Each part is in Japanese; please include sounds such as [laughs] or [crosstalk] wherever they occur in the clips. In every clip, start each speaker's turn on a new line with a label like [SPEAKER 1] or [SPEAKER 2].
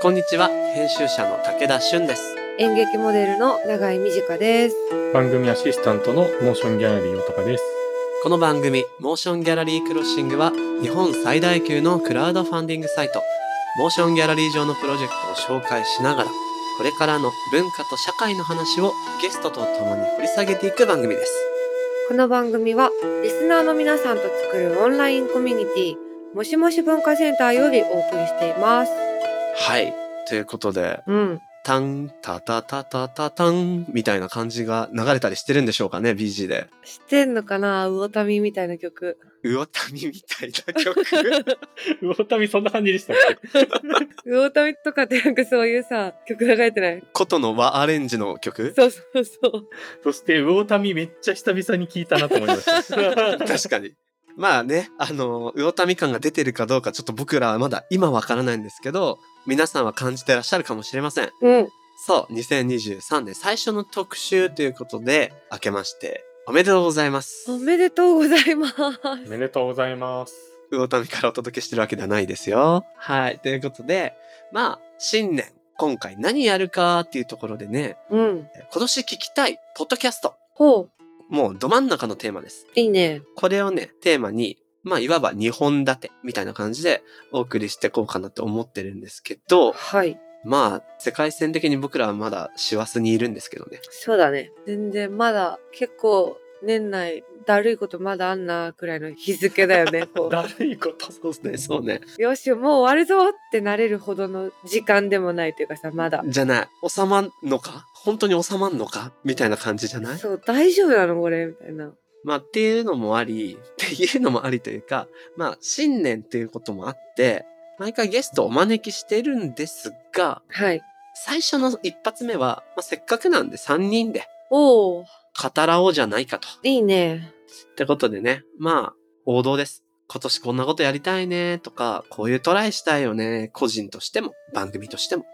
[SPEAKER 1] こんにちは、編集者の武田俊です。
[SPEAKER 2] 演劇モデルの永井美智香です。
[SPEAKER 3] 番組アシスタントのモーションギャラリーおたかです。
[SPEAKER 1] この番組、モーションギャラリークロッシングは、日本最大級のクラウドファンディングサイト、モーションギャラリー上のプロジェクトを紹介しながら、これからの文化と社会の話をゲストと共に掘り下げていく番組です。
[SPEAKER 2] この番組は、リスナーの皆さんと作るオンラインコミュニティ、もしもし文化センターよりお送りしています。
[SPEAKER 1] はい。ということで、
[SPEAKER 2] うん。
[SPEAKER 1] タン、タタタタタタン、みたいな感じが流れたりしてるんでしょうかね、BG で。 [laughs]
[SPEAKER 2] 知ってんのかな魚民みたいな曲。
[SPEAKER 1] 魚民みたいな曲。
[SPEAKER 3] [laughs] ウオタミそんな感じでしたっけ
[SPEAKER 2] 魚民とかってなんかそういうさ、曲流れてない
[SPEAKER 1] [laughs] ことの和アレンジの曲
[SPEAKER 2] そうそうそう。
[SPEAKER 3] そしてウオタミめっちゃ久々に聞いたなと思いました。
[SPEAKER 1] 確かに。まあね、あの、魚民感が出てるかどうか、ちょっと僕らはまだ今わからないんですけど、皆さんは感じてらっしゃるかもしれません。
[SPEAKER 2] うん。
[SPEAKER 1] そう、2023年最初の特集ということで、明けまして、おめでとうございます
[SPEAKER 2] お。めでとうございます。
[SPEAKER 3] [laughs] おめでとうございます。
[SPEAKER 1] 魚民からお届けしてるわけではないですよ。はい、ということで、まあ、新年、今回何やるかっていうところでね、
[SPEAKER 2] うん。
[SPEAKER 1] 今年聞きたい、ポッドキャスト。
[SPEAKER 2] ほう。
[SPEAKER 1] もうど真ん中のテーマです。
[SPEAKER 2] いいね。
[SPEAKER 1] これをね、テーマに、まあ、いわば2本立てみたいな感じでお送りしていこうかなって思ってるんですけど、
[SPEAKER 2] はい。
[SPEAKER 1] まあ、世界線的に僕らはまだ師走にいるんですけどね。
[SPEAKER 2] そうだね。全然まだ結構年内だるいことまだあんなくらいの日付だよね。こう
[SPEAKER 3] だるいこと。
[SPEAKER 1] そうですね、そうね。
[SPEAKER 2] よし、もう終わるぞってなれるほどの時間でもないというかさ、まだ。
[SPEAKER 1] じゃない。収まんのか本当に収まんのかみたいな感じじゃない
[SPEAKER 2] そう、大丈夫なのこれみたいな。
[SPEAKER 1] まあ、っていうのもあり、っていうのもありというか、まあ、新年っていうこともあって、毎回ゲストをお招きしてるんですが、
[SPEAKER 2] はい。
[SPEAKER 1] 最初の一発目は、まあ、せっかくなんで3人で
[SPEAKER 2] おお
[SPEAKER 1] 語らおうじゃないかと。
[SPEAKER 2] いいね。
[SPEAKER 1] ってことでね、まあ、王道です。今年こんなことやりたいねとか、こういうトライしたいよね。個人としても、番組としても。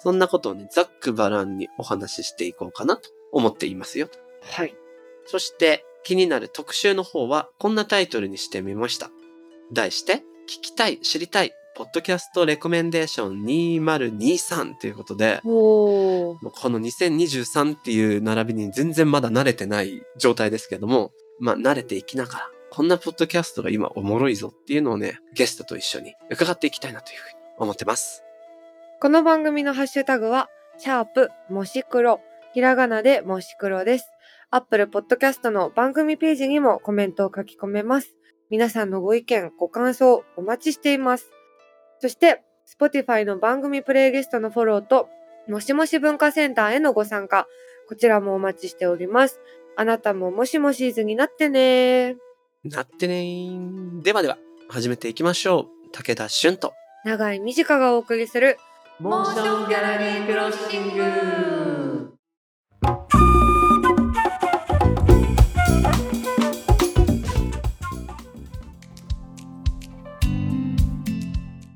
[SPEAKER 1] そんなことをね、ざっくばらんにお話ししていこうかなと思っていますよ。
[SPEAKER 2] はい。
[SPEAKER 1] そして、気になる特集の方は、こんなタイトルにしてみました。題して、聞きたい、知りたい、ポッドキャストレコメンデーション2023ということで、
[SPEAKER 2] おお
[SPEAKER 1] もうこの2023っていう並びに全然まだ慣れてない状態ですけども、まあ慣れていきながら、こんなポッドキャストが今おもろいぞっていうのをね、ゲストと一緒に伺っていきたいなというふうに思ってます。
[SPEAKER 2] この番組のハッシュタグは、シャープ、もし黒、ひらがなでもし黒です。アップルポッドキャストの番組ページにもコメントを書き込めます。皆さんのご意見、ご感想、お待ちしています。そして、Spotify の番組プレイリストのフォローと、もしもし文化センターへのご参加、こちらもお待ちしております。あなたももしもしーずになってねー。
[SPEAKER 1] なってねー。ではでは、始めていきましょう。武田俊と。
[SPEAKER 2] 長井美かがお送りする、
[SPEAKER 1] モーションギャラリークロッシング。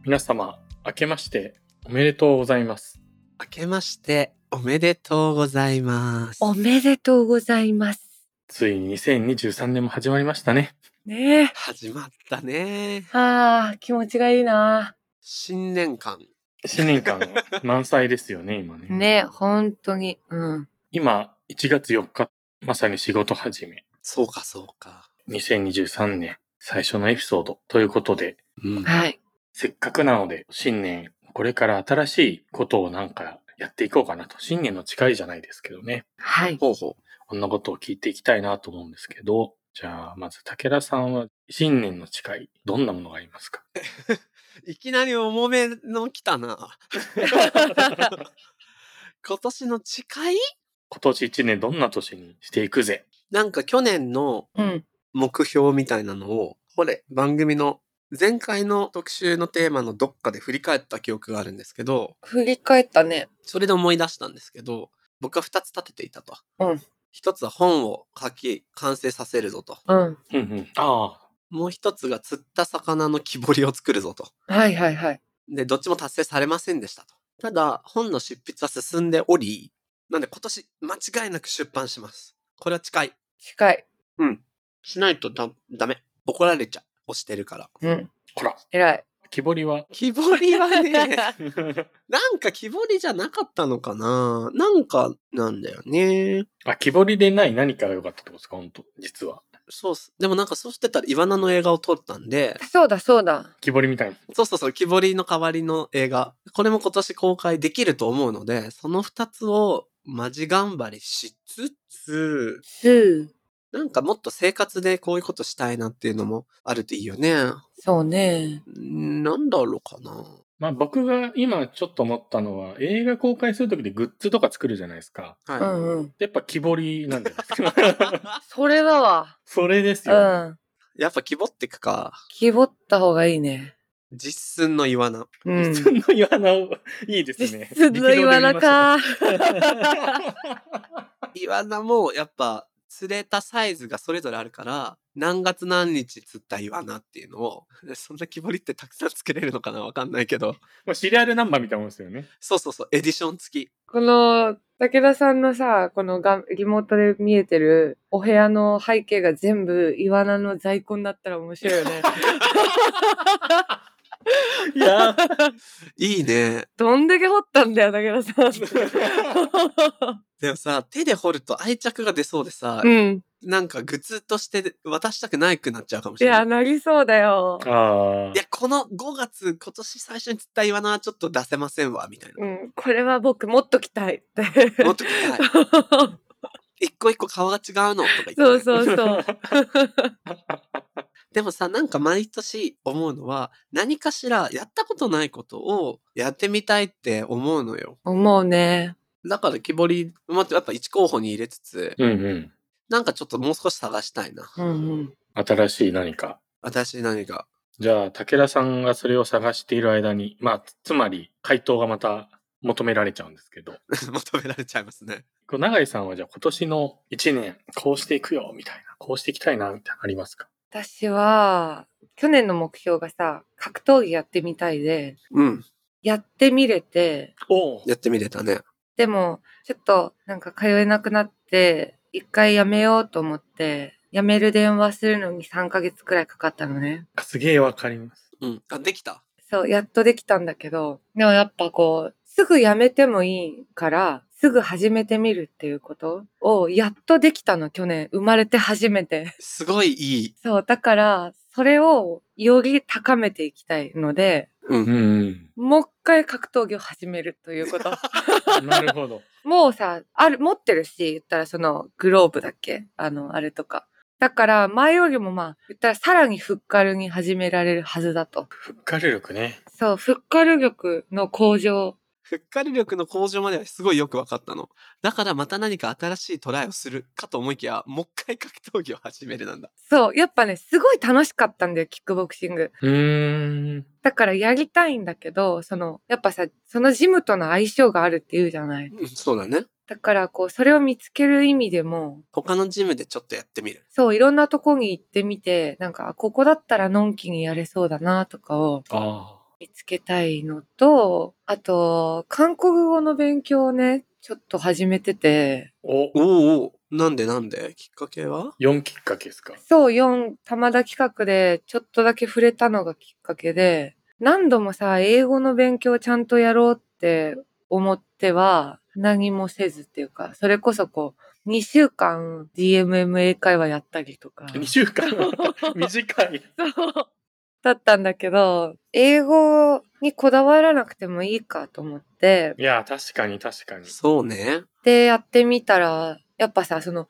[SPEAKER 3] 皆様、明けましておめでとうございます。
[SPEAKER 1] 明けまして、おめでとうございます。
[SPEAKER 2] おめでとうございます。
[SPEAKER 3] ついに2023年も始まりましたね。
[SPEAKER 2] ねえ。
[SPEAKER 1] 始まったねー。
[SPEAKER 2] ああ、気持ちがいいな。
[SPEAKER 1] 新年間。
[SPEAKER 3] 新年間満載ですよね、今ね。
[SPEAKER 2] ね、本当に。うん。
[SPEAKER 3] 今、1月4日、まさに仕事始め、
[SPEAKER 1] そうか、そうか。
[SPEAKER 3] 2023年最初のエピソードということで、
[SPEAKER 1] うん。
[SPEAKER 2] はい。
[SPEAKER 3] せっかくなので、新年、これから新しいことをなんかやっていこうかなと。新年の誓いじゃないですけどね。
[SPEAKER 2] はい。
[SPEAKER 1] ほうほ
[SPEAKER 3] こんなことを聞いていきたいなと思うんですけど、じゃあ、まず、武田さんは、新年の誓い、どんなものがありますか
[SPEAKER 1] う。いきなり重めの来たな。今年の誓い
[SPEAKER 3] 今年一年どんな年にしていくぜ。
[SPEAKER 1] なんか去年の
[SPEAKER 2] うん。
[SPEAKER 1] 目標みたいなのを、これ、番組の前回の特集のテーマのどっかで振り返った記憶があるんですけど、
[SPEAKER 2] 振り返ったね。
[SPEAKER 1] それで思い出したんですけど、僕は二つ立てていたと。
[SPEAKER 2] うん
[SPEAKER 1] 一つは本を書き、完成させるぞと。
[SPEAKER 2] うん。
[SPEAKER 3] うんうん。ああ、
[SPEAKER 1] もう一つが釣った魚の木彫りを作るぞと。
[SPEAKER 2] はいはいはい。
[SPEAKER 1] で、どっちも達成されませんでしたと。ただ、本の執筆は進んでおり、なんで今年間違いなく出版します。これは近い。
[SPEAKER 2] 近い。
[SPEAKER 1] しないとだ、ダメ。怒られちゃう。押してるから。
[SPEAKER 2] うん。
[SPEAKER 3] こら、
[SPEAKER 2] 偉い。
[SPEAKER 3] 木彫り [laughs] は
[SPEAKER 1] 木彫りはね、
[SPEAKER 3] あ、
[SPEAKER 1] なんか木彫りじゃなかったのかななんかなんだよね。
[SPEAKER 3] 木彫りでない何かが良かったってことですか本当実は。
[SPEAKER 1] そうっす。でもなんかそうしてたらイワナの映画を撮ったんで、
[SPEAKER 2] [laughs] そうだそうだ。
[SPEAKER 3] 木彫りみたいな。
[SPEAKER 1] そうそうそう、木彫りの代わりの映画。これも今年公開できると思うので、その二つをマジ頑張りしつつ、
[SPEAKER 2] すー。
[SPEAKER 1] なんかもっと生活でこういうことしたいなっていうのもあるといいよね。
[SPEAKER 2] そうね。
[SPEAKER 1] んなんだろうかな。
[SPEAKER 3] まあ僕が今ちょっと思ったのは、映画公開するときでグッズとか作るじゃないですか。
[SPEAKER 1] は
[SPEAKER 2] う
[SPEAKER 1] い。
[SPEAKER 2] んうん。
[SPEAKER 3] やっぱ木彫りなんじゃないですか。
[SPEAKER 2] それだわ。
[SPEAKER 3] それです
[SPEAKER 2] う
[SPEAKER 3] よ、ね。
[SPEAKER 2] ん。
[SPEAKER 1] やっぱ木彫ってくか。
[SPEAKER 2] 希望った方がいいね。
[SPEAKER 1] 実寸のイワナ。
[SPEAKER 2] うん。
[SPEAKER 3] 実寸のイワナを、いいですね。
[SPEAKER 2] 実の言わなか。
[SPEAKER 1] イワナもやっぱ釣れたサイズがそれぞれあるから、何月何日釣ったイワナっていうのを、そんな木彫りってたくさん作れるのかなわかんないけど。
[SPEAKER 3] まあ、シリアルナンバーみたいなもんですよね。
[SPEAKER 1] そうそうそう、エディション付き。
[SPEAKER 2] [laughs] この、武田さんのさ、このがリモートで見えてるお部屋の背景が全部イワナの在庫になったら面白いよ [laughs] ね。
[SPEAKER 3] いやー
[SPEAKER 1] いいね。
[SPEAKER 2] どんだけ掘ったんだよ、武田 [laughs] さん。
[SPEAKER 1] でもさ、手で掘ると愛着が出そうでさ、
[SPEAKER 2] うん。
[SPEAKER 1] なんかグッズとして渡したくないくなっちゃうかもし
[SPEAKER 2] い
[SPEAKER 1] れない。
[SPEAKER 2] や、なりそうだよ。
[SPEAKER 3] ああ
[SPEAKER 1] いや、この5月、今年最初に釣ったイワナはちょっと出せませんわ、みたいうな。
[SPEAKER 2] ん。これは僕もっと着たいって。
[SPEAKER 1] もっと硬い。一個一個顔が違うのとか言ってね、
[SPEAKER 2] [laughs] そうそうそう。 [laughs]
[SPEAKER 1] でもさ、なんか毎年思うのは、何かしらやったことないことをやってみたいって思うのよ。
[SPEAKER 2] 思うね。
[SPEAKER 1] だから木彫り、まあやっぱ一候補に入れつつ、
[SPEAKER 3] うんうん。
[SPEAKER 1] なんかちょっともう少し探したいな。
[SPEAKER 2] うんうん。
[SPEAKER 3] 新しい何か。
[SPEAKER 1] 私何が。 [laughs]
[SPEAKER 3] じゃあ、武田さんがそれを探している間に、まあ、つつまり、回答がまた求められちゃうんですけど。
[SPEAKER 1] 求められちゃいますね。
[SPEAKER 3] こう永井さんはじゃあ今年の1年、こうしていくよ、みたいな、こうしていきたいな、みたいな、ありますか
[SPEAKER 2] 私は、去年の目標がさ、格闘技やってみたいで、
[SPEAKER 1] うん。
[SPEAKER 2] やってみれて、
[SPEAKER 3] お
[SPEAKER 1] やってみれたね。
[SPEAKER 2] でも、ちょっと、なんか通えなくなって、一回やめようと思って、やめる電話するのに3ヶ月くらいかかったのね。
[SPEAKER 3] すげえわかります。
[SPEAKER 1] うん。あ、できた。
[SPEAKER 2] そう、やっとできたんだけど、でもやっぱこう、すぐやめてもいいから、すぐ始めてみるっていうことを、やっとできたの、去年。生まれて初めて。
[SPEAKER 1] すごいいい。
[SPEAKER 2] そう、だから、それをより高めていきたいので、
[SPEAKER 1] う。
[SPEAKER 3] うんん、
[SPEAKER 2] もう一回格闘技を始めるということ。
[SPEAKER 3] うん。 [laughs] なるほ [laughs] ど。
[SPEAKER 2] もうさ、ある、持ってるし、言ったらそのグローブだっけあの、あれとか。だから、前よりもまあ、言ったらさらにフッカルに始められるはずだと。
[SPEAKER 3] ふっかる力ね。
[SPEAKER 2] そう、フッカル力の向上。
[SPEAKER 1] ふっかり力の向上まではすごいよく分かったの。だからまた何か新しいトライをするかと思いきや、もう一回格闘技を始めるなんだ。
[SPEAKER 2] そう、やっぱね、すごい楽しかったんだよ、キックボクシング。
[SPEAKER 3] うーん。
[SPEAKER 2] だからやりたいんだけど、その、やっぱさ、そのジムとの相性があるって言うじゃない。
[SPEAKER 1] うんそうだね。
[SPEAKER 2] だから、こう、それを見つける意味でも、
[SPEAKER 1] 他のジムでちょっとやってみる。
[SPEAKER 2] そう、いろんなとこに行ってみて、なんか、あここだったらのんきにやれそうだなとかを
[SPEAKER 3] あ
[SPEAKER 2] 見つけたいのと、あと、韓国語の勉強をね、ちょっと始めてて、
[SPEAKER 3] あ。
[SPEAKER 1] お
[SPEAKER 3] お、
[SPEAKER 1] うおうなんでなんできっかけは
[SPEAKER 3] 4きっかけですか。
[SPEAKER 2] そう、4、玉田企画でちょっとだけ触れたのがきっかけで、何度もさ、英語の勉強をちゃんとやろうって思っては、何もせずっていうか、それこそこう、2週間 DMM 英会話やったりとか。
[SPEAKER 3] 2週 [laughs] 間短い。
[SPEAKER 2] だったんだけど、英語にこだわらなくてもいいかと思って、
[SPEAKER 3] いや、確かに確かに。
[SPEAKER 1] そうね。
[SPEAKER 2] で、やってみたら、やっぱさ、その、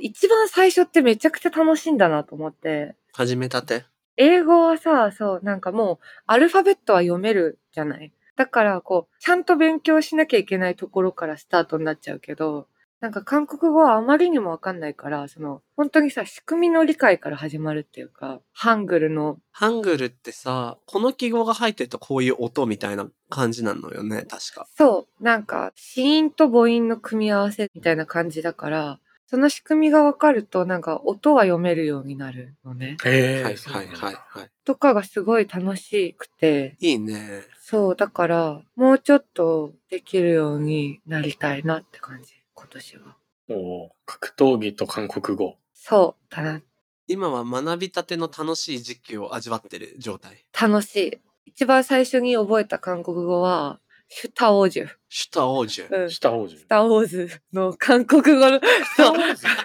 [SPEAKER 2] 一番最初ってめちゃくちゃ楽しいんだなと思って、
[SPEAKER 1] 始めたて。
[SPEAKER 2] 英語はさ、そう、なんかもう、アルファベットは読めるじゃないだから、こう、ちゃんと勉強しなきゃいけないところからスタートになっちゃうけど、なんか韓国語はあまりにもわかんないから、その、本当にさ、仕組みの理解から始まるっていうか、ハングルの
[SPEAKER 1] ハングルってさ、この記号が入ってるとこういう音みたいな感じなのよね、確か。
[SPEAKER 2] そう。なんか、子音と母音の組み合わせみたいな感じだから、その仕組みがわかると、なんか音は読めるようになるのね。
[SPEAKER 3] へえ。
[SPEAKER 1] はいはいはいはい。
[SPEAKER 2] とかがすごい楽しくて、
[SPEAKER 1] いいね。
[SPEAKER 2] そう、だから、もうちょっとできるようになりたいなって感じ、今年は。
[SPEAKER 3] おー格闘技と韓国語。
[SPEAKER 2] そう、た、
[SPEAKER 1] 今は学びたての楽しい時期を味わってる状態。
[SPEAKER 2] 楽しい。一番最初に覚えた韓国語は、シュタオージュ。
[SPEAKER 1] シュタ王子。
[SPEAKER 2] うん。
[SPEAKER 3] シ
[SPEAKER 2] ス
[SPEAKER 3] ュタ王子。
[SPEAKER 2] ターウォーズの韓国 [laughs] 語の、そう、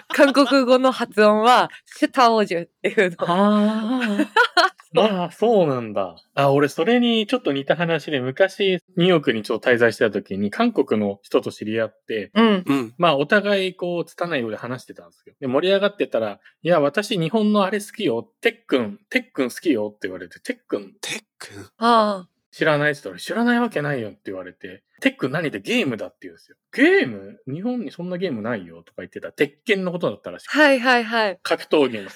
[SPEAKER 3] [laughs]
[SPEAKER 2] 韓国語の発音は、シュタオージュっていうの。
[SPEAKER 3] ああ。まあ、そうなんだ。あ、俺、それにちょっと似た話で、昔、ニューヨークにちょっと滞在してた時に、韓国の人と知り合って、
[SPEAKER 2] うん。
[SPEAKER 1] うん。
[SPEAKER 3] まあ、お互い、こう、つたないようで話してたんですよ。で、盛り上がってたら、いや、私、日本のあれ好きよ。てっくん、てっくん好きよって言われて、てっくん
[SPEAKER 1] てっくん。
[SPEAKER 2] あ
[SPEAKER 3] 知らないって言ったら、知らないわけないよって言われて、テック何でゲームだって言うんですよ。ゲーム日本にそんなゲームないよとか言ってた。鉄拳のことだったらし
[SPEAKER 2] あ。
[SPEAKER 3] くて
[SPEAKER 2] はいはいはい。
[SPEAKER 3] 格闘技の。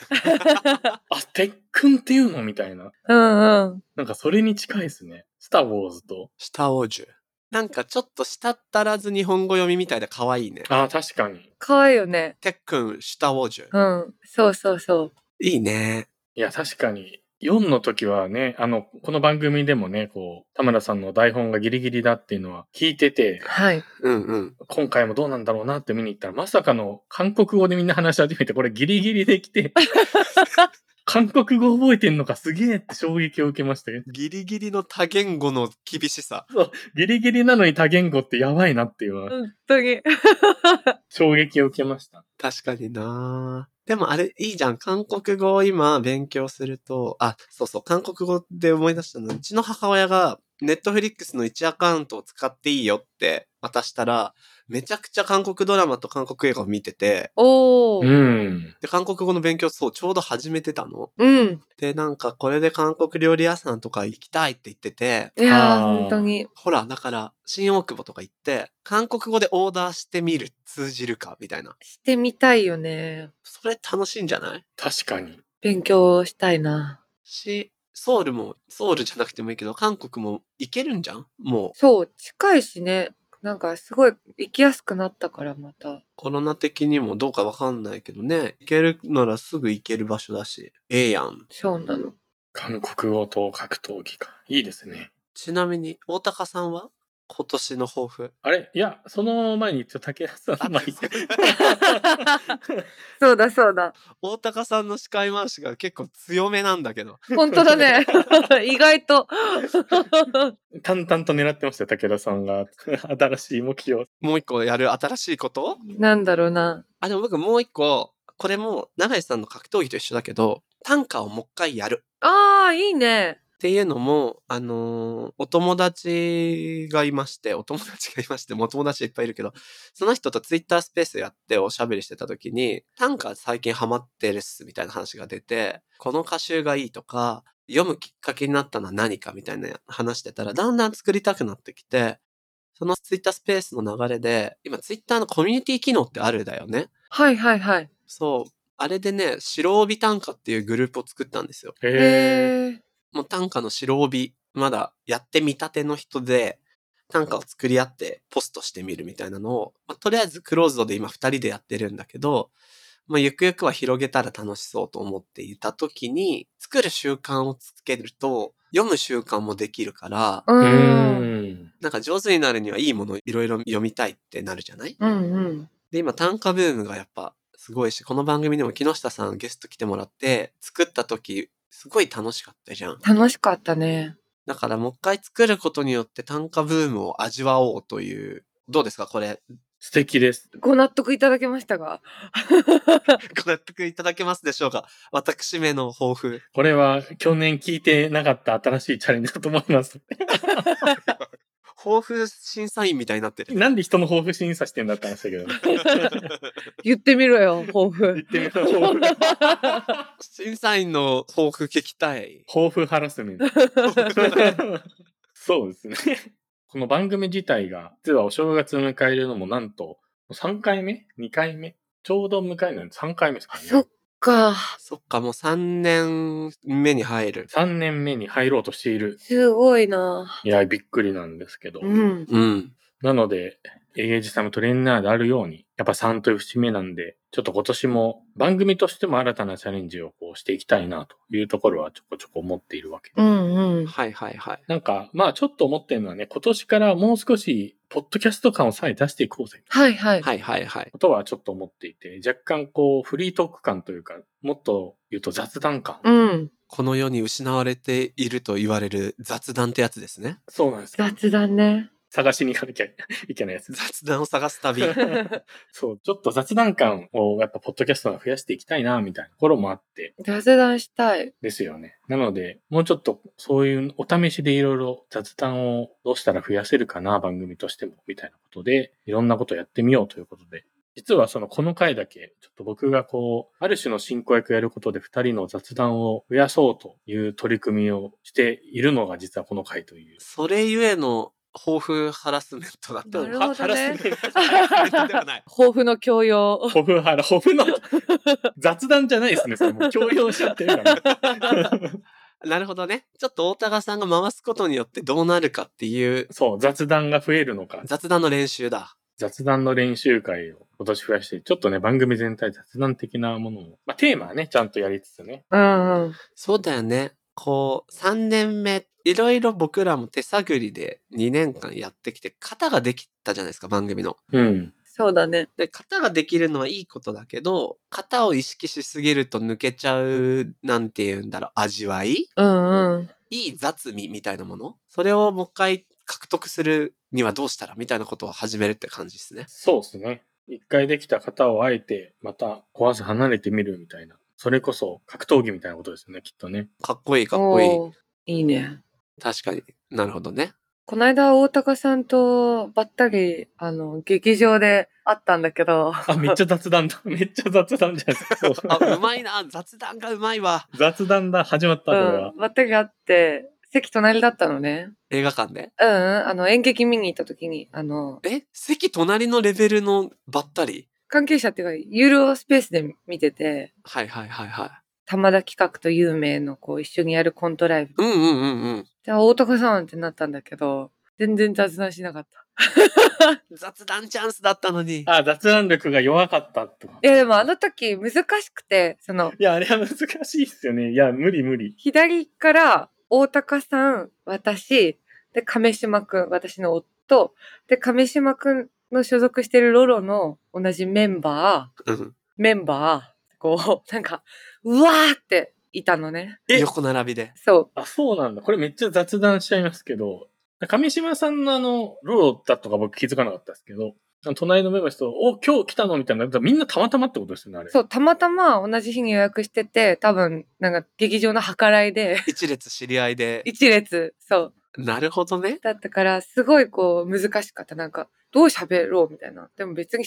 [SPEAKER 3] あ、鉄拳っていうのみたいな。
[SPEAKER 2] うんうん。
[SPEAKER 3] なんかそれに近いですね。スター・ウォーズと。
[SPEAKER 1] シュタ王子。なんかちょっとしたったらず日本語読みみたいで可愛いね。
[SPEAKER 3] ああ、確かに。
[SPEAKER 2] かわいいよね。
[SPEAKER 1] てっくん、シュタ王子。
[SPEAKER 2] うん。そうそうそう。
[SPEAKER 1] いいね。
[SPEAKER 3] いや、確かに。4の時はね、あの、この番組でもね、こう、田村さんの台本がギリギリだっていうのは聞いてて、
[SPEAKER 2] はい。
[SPEAKER 1] うんうん。
[SPEAKER 3] 今回もどうなんだろうなって見に行ったら、まさかの韓国語でみんな話し始めて、これギリギリでき [laughs] て、韓国語覚えてんのかすげえって衝撃を受けましたよ。
[SPEAKER 1] ギリギリの多言語の厳しさ。
[SPEAKER 3] ギリギリなのに多言語ってやばいなっていうのは
[SPEAKER 2] 本当に。
[SPEAKER 3] 衝撃を受けました。
[SPEAKER 1] 確かになでもあれ、いいじゃん。韓国語を今勉強すると、あ、そうそう、韓国語で思い出したの。うちの母親が、ネットフリックスの1アカウントを使っていいよって渡したら、めちゃくちゃ韓国ドラマと韓国映画を見てて、
[SPEAKER 2] お
[SPEAKER 3] う
[SPEAKER 2] ー。
[SPEAKER 3] ん。
[SPEAKER 1] で、韓国語の勉強、そう、ちょうど始めてたの。
[SPEAKER 2] うん。
[SPEAKER 1] で、なんか、これで韓国料理屋さんとか行きたいって言ってて、
[SPEAKER 2] いやー、
[SPEAKER 3] あー
[SPEAKER 2] 本当に。
[SPEAKER 1] ほら、だから、新大久保とか行って、韓国語でオーダーしてみる、通じるか、みたいな。
[SPEAKER 2] してみたいよね。
[SPEAKER 1] それ楽しいんじゃない
[SPEAKER 3] 確かに。
[SPEAKER 2] 勉強したいな。
[SPEAKER 1] し、ソウルも、ソウルじゃなくてもいいけど、韓国も行けるんじゃんもう、
[SPEAKER 2] そう、近いしね。なんかすごい行きやすくなったからまた。
[SPEAKER 1] コロナ的にもどうかわかんないけどね、行けるならすぐ行ける場所だし、ええやん。
[SPEAKER 2] そうなの。
[SPEAKER 3] 韓国語と格闘技か。いいですね。
[SPEAKER 1] ちなみに、大高さんは今年の抱負。 [laughs]
[SPEAKER 3] あれいや、その前にちょっと竹田さん、まあ、いいか
[SPEAKER 2] そうだそうだ。
[SPEAKER 1] 大高さんの司会回しが結構強めなんだけど。
[SPEAKER 2] 本当だ [laughs] ね。意外と。
[SPEAKER 3] 淡々と狙ってましたよ、竹田さんが。新しい目標。
[SPEAKER 1] もう一個やる新しいこと
[SPEAKER 2] [laughs] なんだろうな。
[SPEAKER 1] あ、でも僕もう一個、これも永井さんの格闘技と一緒だけど、短歌をもう一回やる。
[SPEAKER 2] ああ、いいね。
[SPEAKER 1] っていうのも、あのーお友達がいまして、お友達がいまして、もう友達いっぱいいるけど、その人とツイッタースペースやっておしゃべりしてた時に、短歌最近ハマってるっすみたいな話が出て、この歌集がいいとか、読むきっかけになったのは何かみたいな話してたら、だんだん作りたくなってきて、そのツイッタースペースの流れで、今ツイッターのコミュニティ機能ってあるだよね。
[SPEAKER 2] はいはいはい。
[SPEAKER 1] そう。あれでね、白帯短歌っていうグループを作ったんですよ。
[SPEAKER 3] へえ。
[SPEAKER 2] へえ。
[SPEAKER 1] もう短歌の白帯、まだやってみたての人で、短歌を作り合ってポストしてみるみたいなのを、まあとりあえずクローズドで今二人でやってるんだけど、まあ、ゆくゆくは広げたら楽しそうと思っていた時に、作る習慣をつけると、読む習慣もできるから、
[SPEAKER 2] う。
[SPEAKER 3] うんん。
[SPEAKER 1] なんか上手になるにはいいものいろいろ読みたいってなるじゃない
[SPEAKER 2] うんうん。
[SPEAKER 1] で、今短歌ブームがやっぱすごいし、この番組でも木下さんゲスト来てもらって、作った時、すごい楽しかったじゃん。
[SPEAKER 2] 楽しかったね。
[SPEAKER 1] だからもう一回作ることによって単価ブームを味わおうという、どうですかこれ。
[SPEAKER 3] 素敵です。
[SPEAKER 2] ご納得いただけましたが。
[SPEAKER 1] ご納得いただけますでしょうか私めの抱負。
[SPEAKER 3] これは去年聞いてなかった新しいチャレンジだと思います。 [laughs]
[SPEAKER 1] 抱負審査員みたいになってる。
[SPEAKER 3] なんで人の抱負審査してんだって
[SPEAKER 2] [laughs]
[SPEAKER 3] 話だけどね。
[SPEAKER 2] 言ってみろ [laughs] よ、抱負。
[SPEAKER 3] 言ってみよう。
[SPEAKER 1] 審査員の抱負聞きた
[SPEAKER 3] [laughs]
[SPEAKER 1] い。
[SPEAKER 3] 抱負ハラ
[SPEAKER 2] [laughs]
[SPEAKER 3] スメント。そうですね。この番組自体が、実はお正月を迎えるのもなんと、3回目 ?2 回目ちょうど迎えるのに3回目ですから
[SPEAKER 2] そっ
[SPEAKER 3] ね。
[SPEAKER 2] か。
[SPEAKER 1] そっか、もう3年目に入る。
[SPEAKER 3] 3年目に入ろうとしている。
[SPEAKER 2] すごいな。
[SPEAKER 3] いや、びっくりなんですけど。
[SPEAKER 2] うん。
[SPEAKER 1] うん。
[SPEAKER 3] なので、エイジさんもトレーナーであるように、やっぱ3という節目なんで、ちょっと今年も番組としても新たなチャレンジをこうしていきたいなというところはちょこちょこ思っているわけで。
[SPEAKER 2] うんうん。
[SPEAKER 1] はいはいはい。
[SPEAKER 3] なんか、まあちょっと思ってるのはね、今年からもう少し、ポッドキャスト感をさえ出していこうぜ。
[SPEAKER 2] はいはい。
[SPEAKER 1] はいはいはい。
[SPEAKER 3] ことはちょっと思っていて、若干こう、フリートーク感というか、もっと言うと雑談感。
[SPEAKER 2] うん。
[SPEAKER 1] この世に失われていると言われる雑談ってやつですね。
[SPEAKER 3] そうなんですよ。
[SPEAKER 2] 雑談ね。
[SPEAKER 3] 探しに行かなきゃいけないやつ。
[SPEAKER 1] 雑談を探す旅。
[SPEAKER 3] そう、ちょっと雑談感をやっぱポッドキャストが増やしていきたいな、みたいなところもあって、
[SPEAKER 2] 雑談し
[SPEAKER 1] [laughs]
[SPEAKER 2] たい。
[SPEAKER 3] ですよね。なので、もうちょっとそういうお試しでいろいろ雑談をどうしたら増やせるかな、番組としても、みたいなことで、いろんなことをやってみようということで。実はそのこの回だけ、ちょっと僕がこう、ある種の進行役をやることで二人の雑談を増やそうという取り組みをしているのが実はこの回という。
[SPEAKER 1] [laughs] それゆえの抱負ハラスメントだったの
[SPEAKER 2] なる
[SPEAKER 1] か
[SPEAKER 2] ほどね
[SPEAKER 3] ハラスメント
[SPEAKER 1] ハラスメントではない。
[SPEAKER 2] 抱負の教養。
[SPEAKER 3] ホフハラ、ホフの雑談じゃないですね。それもう強要しちゃってるから、
[SPEAKER 2] [laughs]
[SPEAKER 1] なるほどね。ちょっと大高さんが回すことによってどうなるかっていう
[SPEAKER 3] そう、雑談が増えるのか。
[SPEAKER 1] 雑談の練習だ。
[SPEAKER 3] 雑談の練習会を今年増やして、ちょっとね、番組全体雑談的なものを、まあ、テーマはね、ちゃんとやりつつね。
[SPEAKER 2] うんうん。
[SPEAKER 1] そうだよね。こう、3年目、いろいろ僕らも手探りで2年間やってきて、型ができたじゃないですか、番組の。
[SPEAKER 3] うん。
[SPEAKER 2] そうだね。
[SPEAKER 1] で、型ができるのはいいことだけど、型を意識しすぎると抜けちゃう、なんて言うんだろう、味わい
[SPEAKER 2] うんうん。
[SPEAKER 1] いい雑味みたいなものそれをもう一回獲得するにはどうしたらみたいなことを始めるって感じですね。
[SPEAKER 3] そうですね。一回できた方をあえて、また壊す離れてみるみたいな。それこそ格闘技みたいなことですよね、きっとね。
[SPEAKER 1] かっこいいかっこいい。
[SPEAKER 2] おーいいね。
[SPEAKER 1] 確かになるほどね。
[SPEAKER 2] この間、大高さんとばったり、あの、劇場で会ったんだけど、
[SPEAKER 3] あ、めっちゃ雑談だ。 [laughs] めっちゃ雑談じゃないですか。そう
[SPEAKER 1] あ、うまいな。雑談がうまいわ。
[SPEAKER 3] 雑談だ。始まった、これは。
[SPEAKER 2] うん、ばったり会って、席隣だったのね。
[SPEAKER 1] 映画館で。
[SPEAKER 2] うんうん、あの、演劇見に行った時に、あの、
[SPEAKER 1] え席隣のレベルのばったり
[SPEAKER 2] 関係者っていうか、ユーロスペースで見てて、
[SPEAKER 1] はいはいはいはい。
[SPEAKER 2] 玉田企画と有名のこう一緒にやるコントライブ。
[SPEAKER 1] うんうんうんうん。
[SPEAKER 2] じゃあ、大高さんってなったんだけど、全然雑談しなかった。
[SPEAKER 1] 雑談チャンスだったのに。
[SPEAKER 3] あ、雑談力が弱かったってこと
[SPEAKER 2] いや、でもあの時難しくて、その、
[SPEAKER 3] いや、あれは難しいっすよね。いや、無理無理。
[SPEAKER 2] 左から大高さん、私、で、亀島くん、私の夫、で、亀島くんの所属してるロロの同じメンバー、
[SPEAKER 1] うん。
[SPEAKER 2] メンバー、こう、なんか、うわーっていたのね。
[SPEAKER 3] え
[SPEAKER 1] 横並びで。、
[SPEAKER 2] そ
[SPEAKER 3] あ、そうなんだ。これめっちゃ雑談しちゃいますけど、上島さんのあの、ロロだとか僕気づかなかったですけど、あの隣のメンバーの人、お、今日来たのみたいな、みんなたまたまってことですよね、あれ。
[SPEAKER 2] う。そう、たまたま同じ日に予約してて、多分、なんか劇場の計らいで
[SPEAKER 1] 一列知り合いで。
[SPEAKER 2] 一列、そう、
[SPEAKER 1] なるほどね。
[SPEAKER 2] だったから、すごいこう、難しかった。なんか、どう喋ろうみたいな。でも別に、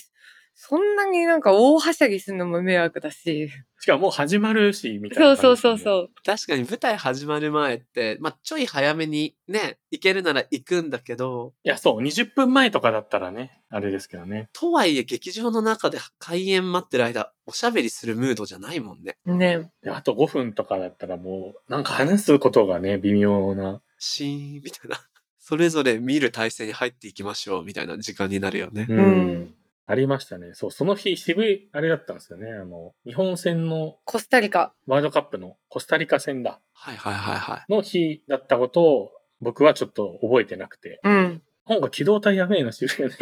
[SPEAKER 2] そんなになんか大はしゃぎするのも迷惑だし。
[SPEAKER 3] しかももう始まるし、みたい
[SPEAKER 2] そう
[SPEAKER 3] な感じで。
[SPEAKER 2] そうそうそう。
[SPEAKER 1] 確かに舞台始まる前って、まあ、ちょい早めにね、行けるなら行くんだけど、
[SPEAKER 3] いや、そう、20分前とかだったらね、あれですけどね。
[SPEAKER 1] とはいえ劇場の中で開演待ってる間、おしゃべりするムードじゃないもんね。
[SPEAKER 2] ね。
[SPEAKER 3] であと5分とかだったらもう、なんか話すことがね、微妙な。
[SPEAKER 1] シーンみたいな。それぞれ見る体制に入っていきましょうみたいな時間になるよね。
[SPEAKER 3] う
[SPEAKER 2] うん。
[SPEAKER 3] ありましたね。そう、その日、渋い、あれだったんですよね。あの、日本戦の
[SPEAKER 2] コスタリカ。
[SPEAKER 3] ワールドカップのコスタリカ戦だ。
[SPEAKER 1] はいはいはいはい。
[SPEAKER 3] の日だったことを僕はちょっと覚えてなくて、
[SPEAKER 2] うん。
[SPEAKER 3] なんか機動隊やべえな、終了で。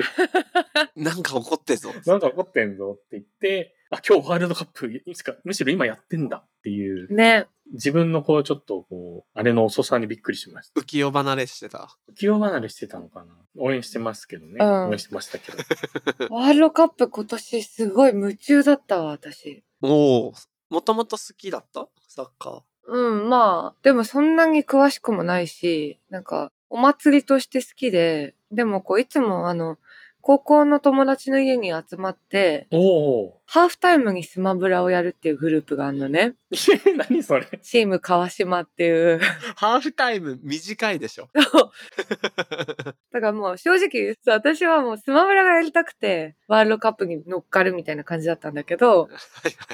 [SPEAKER 1] なんか怒ってぞ。
[SPEAKER 3] なんか怒ってんぞって言って、あ、今日ワールドカップ、いつか、むしろ今やってんだっていう、
[SPEAKER 2] ね。
[SPEAKER 3] 自分のこう、ちょっとこう、あれの遅さにびっくりしました。
[SPEAKER 1] 浮世離れしてた。
[SPEAKER 3] 浮世離れしてたのかな応援してますけどね。
[SPEAKER 2] うん
[SPEAKER 3] 応援してましたけど。
[SPEAKER 2] ワールドカップ今年すごい夢中だったわ、私。
[SPEAKER 1] おお。もともと好きだったサッカー。
[SPEAKER 2] うん、まあ、でもそんなに詳しくもないし、なんか、お祭りとして好きで、でもこう、いつもあの、高校の友達の家に集まって、
[SPEAKER 3] おお。
[SPEAKER 2] ハーフタイムにスマブラをやるっていうグループがあるのね。
[SPEAKER 3] [laughs] 何それ
[SPEAKER 2] チーム川島っていう。
[SPEAKER 1] ハーフタイム短いでしょ。
[SPEAKER 2] だからもう正直言うと私はもうスマブラがやりたくて、ワールドカップに乗っかるみたいな感じだったんだけど、
[SPEAKER 1] はいはい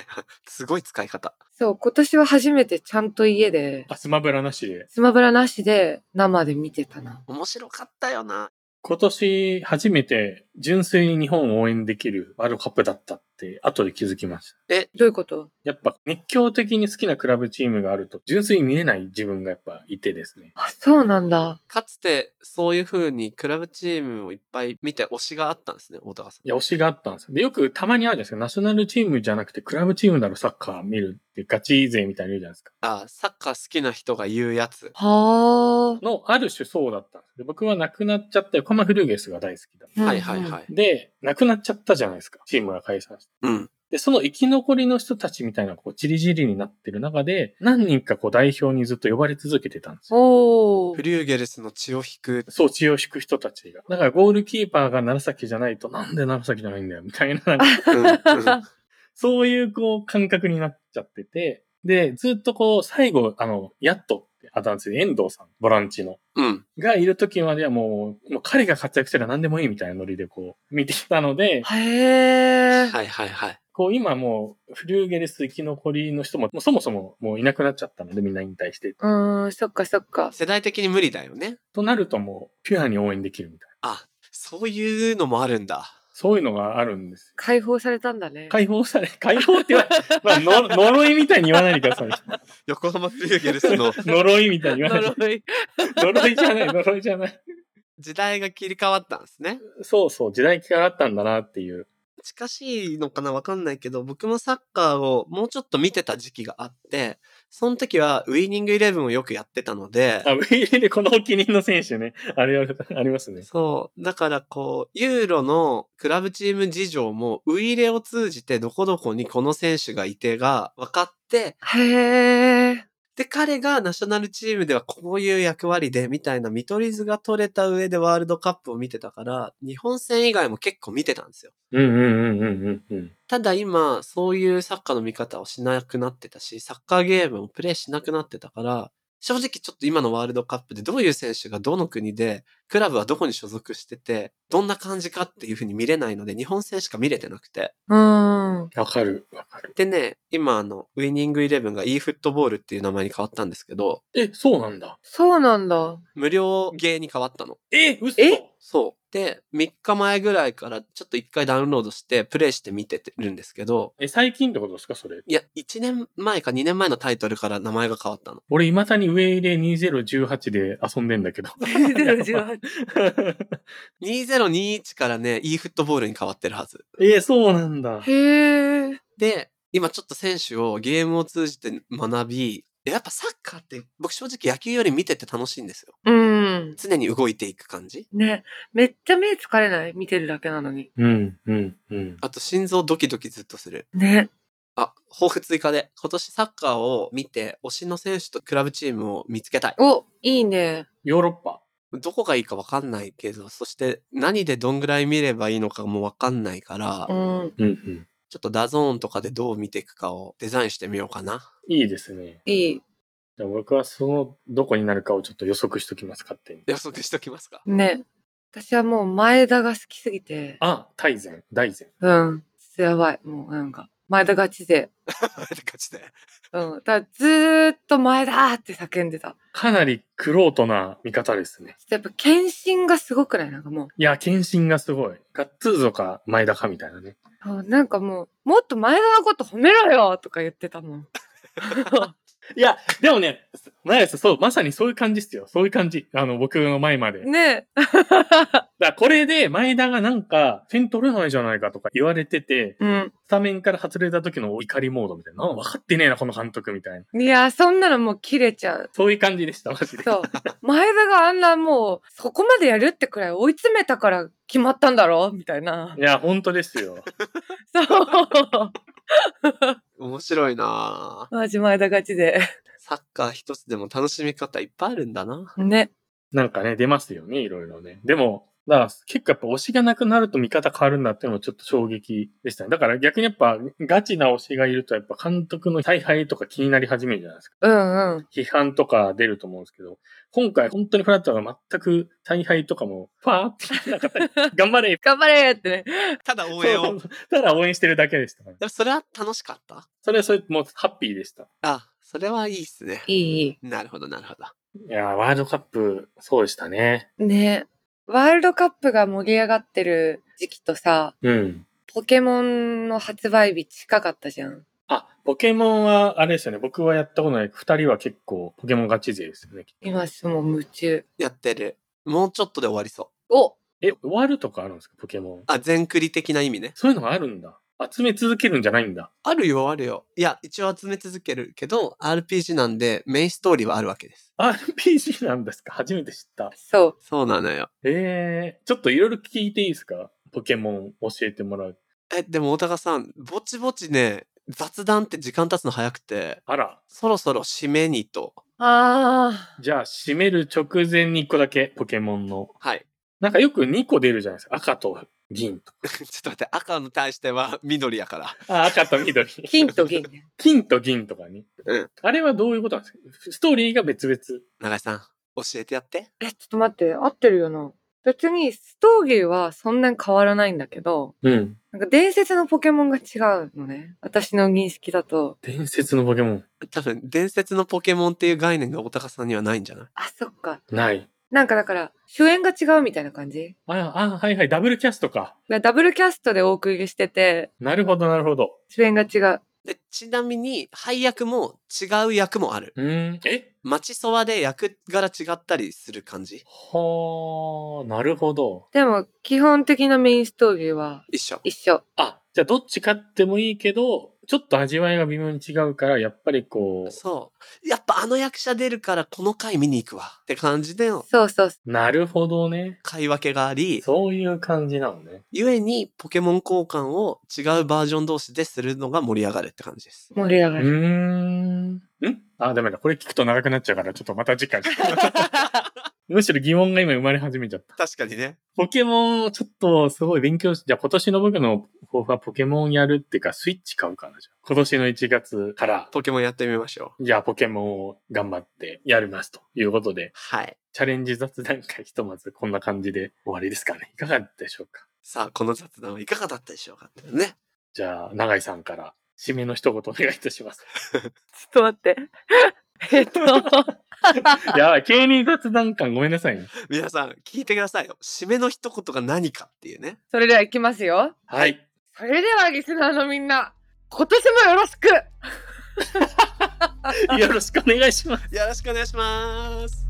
[SPEAKER 1] はい。すごい使い方。
[SPEAKER 2] そう、今年は初めてちゃんと家で、
[SPEAKER 3] あ、スマブラなしで。
[SPEAKER 2] スマブラなしで生で見てたな。
[SPEAKER 1] 面白かったよな。
[SPEAKER 3] 今年初めて純粋に日本を応援できるワールドカップだったって後で気づきました。
[SPEAKER 2] どういうこと
[SPEAKER 3] やっぱ熱狂的に好きなクラブチームがあると純粋に見れない自分がやっぱいてですね。
[SPEAKER 2] あ、そうなんだ。
[SPEAKER 1] かつて、そういう風にクラブチームをいっぱい見て推しがあったんですね、大高さん。
[SPEAKER 3] いや、推しがあったんですよ。で、よくたまにあるじゃないですか。ナショナルチームじゃなくてクラブチームだろサッカー見るってガチ勢みたいに言うじゃないですか。
[SPEAKER 1] あ、サッカー好きな人が言うやつ。
[SPEAKER 2] は
[SPEAKER 3] のある種そうだったんです。で僕は亡くなっちゃった横浜フルーゲスが大好きだ。
[SPEAKER 2] あ。
[SPEAKER 1] はいはい
[SPEAKER 2] い。
[SPEAKER 1] はい。
[SPEAKER 3] で、亡くなっちゃったじゃないですか。チームが解散して。
[SPEAKER 1] うん。
[SPEAKER 3] で、その生き残りの人たちみたいな、こう、チリジリになってる中で、何人かこう、代表にずっと呼ばれ続けてたんですよ。
[SPEAKER 2] お
[SPEAKER 1] フ
[SPEAKER 2] ー。
[SPEAKER 1] リューゲルスの血を引く。
[SPEAKER 3] そう、血を引く人たちが。だから、ゴールキーパーが楢崎じゃないと、なんで楢崎じゃないんだよ、みたいな、なんか
[SPEAKER 1] うんうん
[SPEAKER 3] そういう、こう、感覚になっちゃってて、で、ずっとこう、最後、あの、やっとって、あだ名ついて遠藤さん、ボランチの。
[SPEAKER 1] [laughs] うん。
[SPEAKER 3] がいる時まではもう、もう彼が活躍したら何でもいいみたいなノリでこう、見てきた
[SPEAKER 2] [laughs]
[SPEAKER 3] の
[SPEAKER 2] へ
[SPEAKER 3] で、
[SPEAKER 2] ー。
[SPEAKER 1] はいはいはい。
[SPEAKER 3] こう今もう、フリューゲルス生き残りの人も、もうそもそももういなくなっちゃったのでみんな引退して。
[SPEAKER 2] うーん、そっかそっか。
[SPEAKER 1] 世代的に無理だよね。
[SPEAKER 3] となるともう、ピュアに応援できるみたいな。
[SPEAKER 1] あ、そういうのもあるんだ。
[SPEAKER 3] そういうのがあるんです。
[SPEAKER 2] 解放されたんだね。
[SPEAKER 3] 解放され、解放って言わない、 [laughs] まあ、の呪いみたいに言わないでくださ [laughs] い。
[SPEAKER 1] 横浜フリューゲルスの
[SPEAKER 3] 呪いみたいに言わない。
[SPEAKER 2] 呪い。
[SPEAKER 3] 呪いじゃない、呪いじゃない。
[SPEAKER 1] 時代が切り替わったんですね。
[SPEAKER 3] そうそう、時代変わったんだなっていう。
[SPEAKER 1] 近しいのかなわかんないけど、僕もサッカーをもうちょっと見てた時期があって、その時はウィニングイレブンをよくやってたので、
[SPEAKER 3] あ、VA でこのお気に入りの選手ね、あれあれありますね。
[SPEAKER 1] そう。だからこう、ユーロのクラブチーム事情も、ウイイレを通じてどこどこにこの選手がいてが分かって、
[SPEAKER 2] へー。
[SPEAKER 1] で、彼がナショナルチームではこういう役割で、みたいな見取り図が取れた上でワールドカップを見てたから、日本戦以外も結構見てたんですよ。
[SPEAKER 3] うんうんうんうんうんうん。
[SPEAKER 1] ただ今、そういうサッカーの見方をしなくなってたし、サッカーゲームをプレイしなくなってたから、正直ちょっと今のワールドカップでどういう選手がどの国で、クラブはどこに所属してて、どんな感じかっていう風に見れないので、日本戦しか見れてなくて。
[SPEAKER 2] うーん。
[SPEAKER 3] わかる、わかる。
[SPEAKER 1] でね、今あの、ウィニングイレブンが e フットボールっていう名前に変わったんですけど、
[SPEAKER 3] え、そうなんだ。
[SPEAKER 2] そうなんだ。
[SPEAKER 1] [laughs] 無料ゲーに変わったの。
[SPEAKER 3] え、嘘
[SPEAKER 2] え
[SPEAKER 1] そう。で、3日前ぐらいからちょっと1回ダウンロードして、プレイして見てるんですけど、
[SPEAKER 3] え、最近ってことですか、それ。
[SPEAKER 1] いや、1年前か2年前のタイトルから名前が変わったの。
[SPEAKER 3] 俺、未だに上入れ2018で遊んでんだけど。
[SPEAKER 2] [laughs] 2018
[SPEAKER 1] 2021からね、e フットボールに変わってるはず。
[SPEAKER 3] [laughs] え、そうなんだ。
[SPEAKER 2] へー。
[SPEAKER 1] で、今ちょっと選手をゲームを通じて学び、やっぱサッカーって僕正直野球より見てて楽しいんですよ。
[SPEAKER 2] うん。
[SPEAKER 1] 常に動いていく感じ。
[SPEAKER 2] ね。めっちゃ目疲れない見てるだけなのに。
[SPEAKER 3] うん、うん、うん。
[SPEAKER 1] あと心臓ドキドキずっとする。
[SPEAKER 2] ね。
[SPEAKER 1] あ、抱負追加で。今年サッカーを見て、推しの選手とクラブチームを見つけたい。
[SPEAKER 2] お、いいね。
[SPEAKER 3] ヨーロッパ。
[SPEAKER 1] どこがいいかわかんないけど、そして何でどんぐらい見ればいいのかもわかんないから、
[SPEAKER 2] うん。
[SPEAKER 3] うん、うん。
[SPEAKER 1] ちょっとダゾーンとかでどう見ていくかをデザインしてみようかな。
[SPEAKER 3] いいですね。
[SPEAKER 2] いい。
[SPEAKER 3] じゃあ僕はその、どこになるかをちょっと予測しときます、勝手に。
[SPEAKER 1] 予測しときますか。 [laughs]
[SPEAKER 2] ね。私はもう前田が好きすぎて。
[SPEAKER 3] あ、大前、大前。
[SPEAKER 2] うん。ちょっとやばい。もうなんか、前田ガチ勢。
[SPEAKER 1] って感じで。
[SPEAKER 2] うん。だからずーっと前田ーって叫んでた。
[SPEAKER 3] かなりクロートな見方ですね。
[SPEAKER 2] ちょっとやっぱ献身がすごくないなんかもう
[SPEAKER 3] いや、献身がすごい。ガッツーゾか前田かみたいなね。
[SPEAKER 2] あ。なんかもう、もっと前田のこと褒めろよとか言ってたもん。
[SPEAKER 3] いや、でもね、前田さん、そう、まさにそういう感じっすよ。そういう感じ。あの、僕の前まで。
[SPEAKER 2] ね
[SPEAKER 3] だからこれで前田がなんか、点取れないじゃないかとか言われてて、
[SPEAKER 2] え。うん。
[SPEAKER 3] スタメンから外れた時の怒りモードみたいな、なんか分かってねえな、この監督みたいな。
[SPEAKER 2] いや、そんなのもう切れちゃう。
[SPEAKER 3] そういう感じでした、マジで。
[SPEAKER 2] そう。前田があんなもう、そこまでやるってくらい追い詰めたから決まったんだろみたいな。
[SPEAKER 3] いや、本当ですよ。
[SPEAKER 2] そう。
[SPEAKER 1] 面白いなぁ
[SPEAKER 2] マジ前田ガチで。
[SPEAKER 1] サッカー一つでも楽しみ方いっぱいあるんだな。
[SPEAKER 2] ね。
[SPEAKER 3] なんかね、出ますよね、いろいろね。でも、だから結構やっぱ推しがなくなると見方変わるんだっていうのもちょっと衝撃でしたね。だから逆にやっぱガチな推しがいるとやっぱ監督の采配とか気になり始めるじゃないですか。
[SPEAKER 2] うんうん。
[SPEAKER 3] 批判とか出ると思うんですけど、今回本当にフラットが全く采配とかも、ファーって言ってなかったり頑張れ
[SPEAKER 2] 頑張れってね。
[SPEAKER 1] [laughs] ただ応援
[SPEAKER 3] そ
[SPEAKER 1] を
[SPEAKER 3] う。ただ応援してるだけでしたから。
[SPEAKER 1] でもそれは楽しかった
[SPEAKER 3] それはそれ、もうハッピーでした。
[SPEAKER 1] あ、それはいいっすね。
[SPEAKER 2] いいい
[SPEAKER 1] なるほど、なるほど。
[SPEAKER 3] いやー、ワールドカップ、そうでしたね。
[SPEAKER 2] い。ね。ワールドカップが盛り上がってる時期とさ、
[SPEAKER 3] うん。
[SPEAKER 2] ポケモンの発売日近かったじゃん。
[SPEAKER 3] あ、ポケモンは、あれですよね。僕はやったことない。二人は結構、ポケモンガチ勢ですよね。
[SPEAKER 2] 今すもう夢中。
[SPEAKER 1] やってる。もうちょっとで終わりそう。
[SPEAKER 2] お
[SPEAKER 3] え、終わるとかあるんですかポケモン。
[SPEAKER 1] あ、全クリ的な意味ね。
[SPEAKER 3] そういうのがあるんだ。集め続けるんじゃないんだ。
[SPEAKER 1] あるよ、あるよ。いや、一応集め続けるけど、RPG なんでメインストーリーはあるわけです。
[SPEAKER 3] RPG なんですか初めて知った。
[SPEAKER 2] そう。
[SPEAKER 1] そうなのよ。
[SPEAKER 3] えー、ちょっといろいろ聞いていいですかポケモン教えてもらう。
[SPEAKER 1] え、でも大高さん、ぼちぼちね、雑談って時間経つの早くて、
[SPEAKER 3] あら、
[SPEAKER 1] そろそろ締めにと。
[SPEAKER 2] あ
[SPEAKER 3] じゃあ、閉める直前に1個だけ、ポケモンの。
[SPEAKER 1] はい。 [laughs]
[SPEAKER 3] なんかよく2個出るじゃないですか。赤と銀と。
[SPEAKER 1] ちょっと待って、赤に対しては緑やから。
[SPEAKER 3] あ、赤と緑。 [laughs]
[SPEAKER 2] ー、金と銀ね。
[SPEAKER 3] 金と銀とかに。
[SPEAKER 1] うん
[SPEAKER 3] あれはどういうことなんですかストーリーが別々。
[SPEAKER 1] 長井さん、教えてやって。
[SPEAKER 2] え、ちょっと待って、合ってるよな。別にストーリーはそんなに変わらないんだけど、
[SPEAKER 3] うん。
[SPEAKER 2] なんか伝説のポケモンが違うのね。私の認識だと。
[SPEAKER 3] 伝説のポケモン。
[SPEAKER 1] 多分、伝説のポケモンっていう概念が大高さんにはないんじゃない
[SPEAKER 2] あ、そっか。
[SPEAKER 3] ない。
[SPEAKER 2] なんかだから、主演が違うみたいな感じ
[SPEAKER 3] あ、あ、はいはい。ダブルキャストか。
[SPEAKER 2] でダブルキャストでお送りしてて、
[SPEAKER 3] なるほど、なるほど。
[SPEAKER 2] 主演が違う。
[SPEAKER 1] で、ちなみに、配役も違う役もある。
[SPEAKER 3] うーん。え
[SPEAKER 1] 町そばで役柄違ったりする感じ
[SPEAKER 3] はあ、なるほど。
[SPEAKER 2] でも、基本的なメインストーリーは
[SPEAKER 1] 一緒。
[SPEAKER 2] 一緒。
[SPEAKER 3] あ、じゃあどっち買ってもいいけど、ちょっと味わいが微妙に違うから、やっぱりこ
[SPEAKER 1] そう。やっぱあの役者出るからこの回見に行くわ。って感じでの
[SPEAKER 2] そうそう。
[SPEAKER 3] う、なるほどね。
[SPEAKER 1] 買い分けがあり、
[SPEAKER 3] そういう感じなのね。
[SPEAKER 1] ゆえにポケモン交換を違うバージョン同士でするのが盛り上がるって感じです。
[SPEAKER 2] 盛り上
[SPEAKER 3] う
[SPEAKER 2] が
[SPEAKER 3] ー
[SPEAKER 2] る。
[SPEAKER 3] ん。んあ、ダメだ。これ聞くと長くなっちゃうから、ちょっとまた次 [laughs] 回。むしろ疑問が今生まれ始めちゃった。
[SPEAKER 1] 確かにね。
[SPEAKER 3] ポケモン、ちょっとすごい勉強し、じゃあ今年の僕の抱負はポケモンやるっていうか、スイッチ買うかな、じゃあ今年の1月から、
[SPEAKER 1] ポケモンやってみましょう。
[SPEAKER 3] じゃあポケモンを頑張ってやりますということで、
[SPEAKER 1] はい。
[SPEAKER 3] チャレンジ雑談会ひとまずこんな感じで終わりですかね。いかがでしょうか
[SPEAKER 1] さあ、この雑談はいかがだったでしょうかっていうね。
[SPEAKER 3] じゃあ、永井さんから締めの一言お願いいたし [laughs] ます。
[SPEAKER 2] ちょっと待って。 [laughs] えっと、
[SPEAKER 3] やばい、芸人雑談感ごめんなさいね。
[SPEAKER 1] 皆さん聞いてくださいよ。締めの一言が何かっていうね。
[SPEAKER 2] それでは行きますよ。
[SPEAKER 3] はい。
[SPEAKER 2] それでは、リスナーのみんな、今年もよろしく
[SPEAKER 3] よろしくお願いします。
[SPEAKER 1] よろしくお願いします。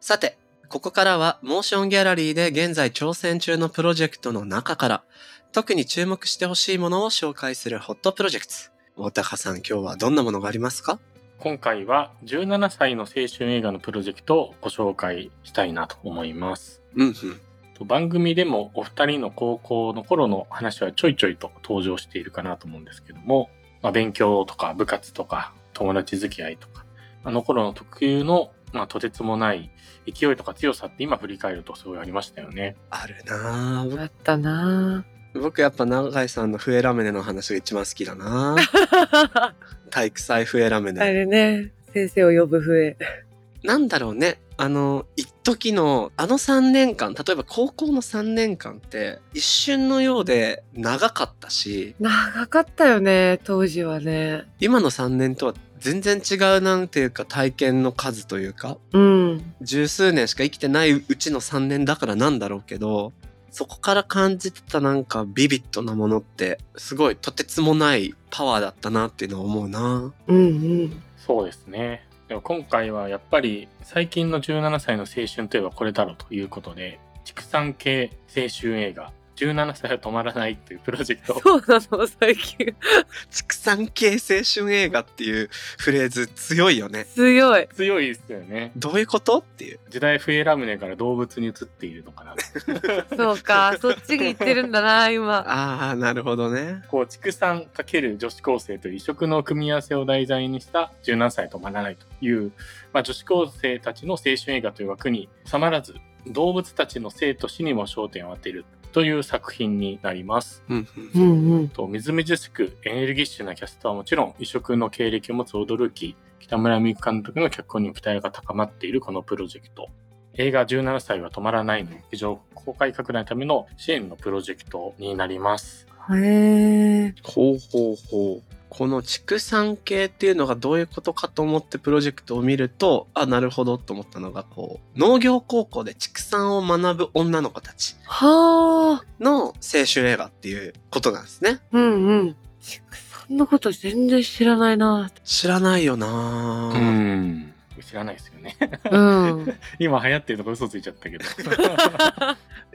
[SPEAKER 1] さて、ここからはモーションギャラリーで現在挑戦中のプロジェクトの中から、特に注目してほしいものを紹介するホットプロジェクト。大高さん、今日はどんなものがありますか
[SPEAKER 3] 今回は17歳の青春映画のプロジェクトをご紹介したいなと思います。
[SPEAKER 1] うんうん。
[SPEAKER 3] と番組でもお二人の高校の頃の話はちょいちょいと登場しているかなと思うんですけども、まあ、勉強とか部活とか友達付き合いとか、あの頃の特有の、まあ、とてつもない勢いとか強さって今振り返るとすごいありましたよね。
[SPEAKER 1] あるなぁ。
[SPEAKER 2] あったな
[SPEAKER 1] 僕やっぱ永井さんの笛ラムネの話が一番好きだな
[SPEAKER 2] ぁ。
[SPEAKER 1] 体育祭笛ラム
[SPEAKER 2] あ
[SPEAKER 1] ネ。
[SPEAKER 2] れね、先生を呼ぶ笛。
[SPEAKER 1] なんだろうね。あの、一時の、あの3年間、例えば高校の3年間って、一瞬のようで長かったし、
[SPEAKER 2] 長かったよね、当時はね。
[SPEAKER 1] 今の3年とは全然違うなんていうか体験の数というか、
[SPEAKER 2] うん。
[SPEAKER 1] 十数年しか生きてないうちの3年だからなんだろうけど、そこから感じてたなんかビビッドなものって、すごいとてつもないパワーだったなっていうのを思うな
[SPEAKER 2] うんうん。
[SPEAKER 3] そうですね。でも今回はやっぱり最近の17歳の青春といえばこれだろうということで、畜産系青春映画、17歳は止まらないというプロジェクトを
[SPEAKER 2] そうなの、最近。
[SPEAKER 1] 畜産系青春映画っていうフレーズ強いよね。
[SPEAKER 2] 強い。
[SPEAKER 3] 強いですよね。
[SPEAKER 1] どういうことっていう。
[SPEAKER 3] 時代笛ラムネから動物に移っているのかな。
[SPEAKER 2] そ
[SPEAKER 1] [laughs]
[SPEAKER 2] うか、そっちに行ってるんだな、今。
[SPEAKER 1] ああ、なるほどね。
[SPEAKER 3] こう畜産×女子高生という異色の組み合わせを題材にした17歳止まらないという、まあ、女子高生たちの青春映画という枠に収まらず動物たちの生と死にも焦点を当てるという作品になります。
[SPEAKER 1] うんう
[SPEAKER 2] う
[SPEAKER 1] ん。
[SPEAKER 2] んうん。
[SPEAKER 3] とみずみずしくエネルギッシュなキャストはもちろん異色の経歴を持つ驚き北村美幸監督の脚本にも期待が高まっているこのプロジェクト。え映画17歳は止まらないの劇場公開拡大のための支援のプロジェクトになります。
[SPEAKER 2] へえ。
[SPEAKER 1] ほうほうほう。この畜産系っていうのがどういうことかと思ってプロジェクトを見ると、あ、なるほどと思ったのが、こう、農業高校で畜産を学ぶ女の子たち
[SPEAKER 2] はあ。
[SPEAKER 1] の青春映画っていうことなんですね。
[SPEAKER 2] うんうん。畜産のこと全然知らないな。
[SPEAKER 1] 知らないよな
[SPEAKER 3] う
[SPEAKER 1] ぁ
[SPEAKER 3] ん。知らないですよね。 [laughs]
[SPEAKER 2] うん。
[SPEAKER 3] 今流行ってるのが嘘ついちゃ [laughs] ったけど。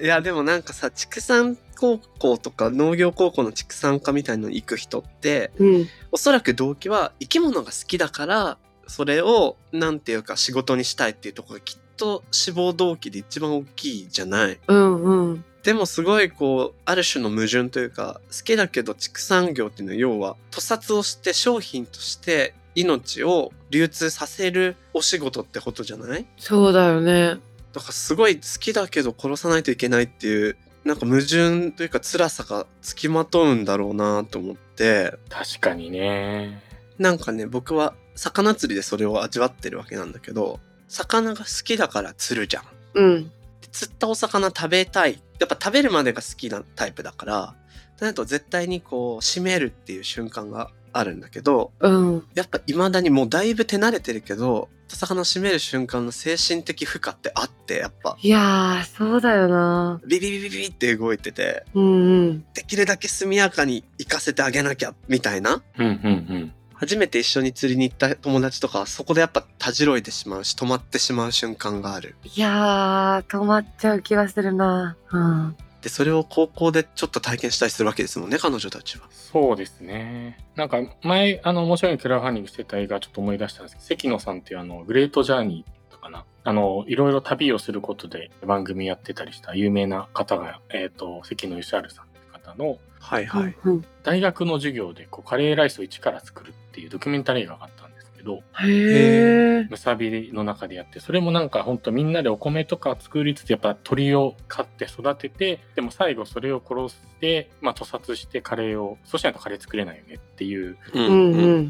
[SPEAKER 1] いや、でもなんかさ、畜産高校とか農業高校の畜産科みたいなの行く人って、
[SPEAKER 2] うん。
[SPEAKER 1] おそらく動機は生き物が好きだから、それを、なんていうか仕事にしたいっていうところがきっと志望動機で一番大きいじゃない。
[SPEAKER 2] うんうん。
[SPEAKER 1] でもすごいこう、ある種の矛盾というか、好きだけど畜産業っていうのは要は、屠殺をして商品として命を流通させるお仕事ってことじゃない
[SPEAKER 2] そうだよね。
[SPEAKER 1] だからすごい好きだけど殺さないといけないっていう、なんか矛盾というか辛さがつきまとうんだろうなと思って、
[SPEAKER 3] 確かにね。
[SPEAKER 1] なんかね、僕は魚釣りでそれを味わってるわけなんだけど、魚が好きだから釣るじゃん。
[SPEAKER 2] うん。
[SPEAKER 1] で釣ったお魚食べたい。やっぱ食べるまでが好きなタイプだから、となると絶対にこう、締めるっていう瞬間があるんだけど、
[SPEAKER 2] うん。
[SPEAKER 1] やっぱ未だにもうだいぶ手慣れてるけど、お魚締める瞬間の精神的負荷ってあって、やっぱ、
[SPEAKER 2] いやー、そうだよな。
[SPEAKER 1] ビビビビビって動いてて、
[SPEAKER 2] うんうん。
[SPEAKER 1] できるだけ速やかに行かせてあげなきゃ、みたいな。
[SPEAKER 3] うんうん
[SPEAKER 1] 初めて一緒に釣りに行った友達とかはそこでやっぱたじろいてしまうし止まってしまう瞬間がある
[SPEAKER 2] いやー、止まっちゃう気がするな。うん。
[SPEAKER 1] でそれを高校でちょっと体験したりするわけですもんね彼女たちは
[SPEAKER 3] そうですね。なんか前、あの、面白いクラウドファンディングしてた映画ちょっと思い出したんですけど、関野さんっていうあの、グレートジャーニーとかな。あの、いろいろ旅をすることで番組やってたりした有名な方が、えっ、と、関野義治さんっていう方の、
[SPEAKER 1] はい
[SPEAKER 2] うん。
[SPEAKER 3] 大学の授業でこうカレーライスを一から作るっていうドキュメンタリーがあったんですけど、
[SPEAKER 2] へえ。
[SPEAKER 3] むさびの中でやって、それもなんかほんとみんなでお米とか作りつつ、やっぱ鳥を飼って育てて、でも最後それを殺して、まあ屠殺してカレーを、そうしないとカレー作れないよねっていう、
[SPEAKER 1] うん
[SPEAKER 2] うんうん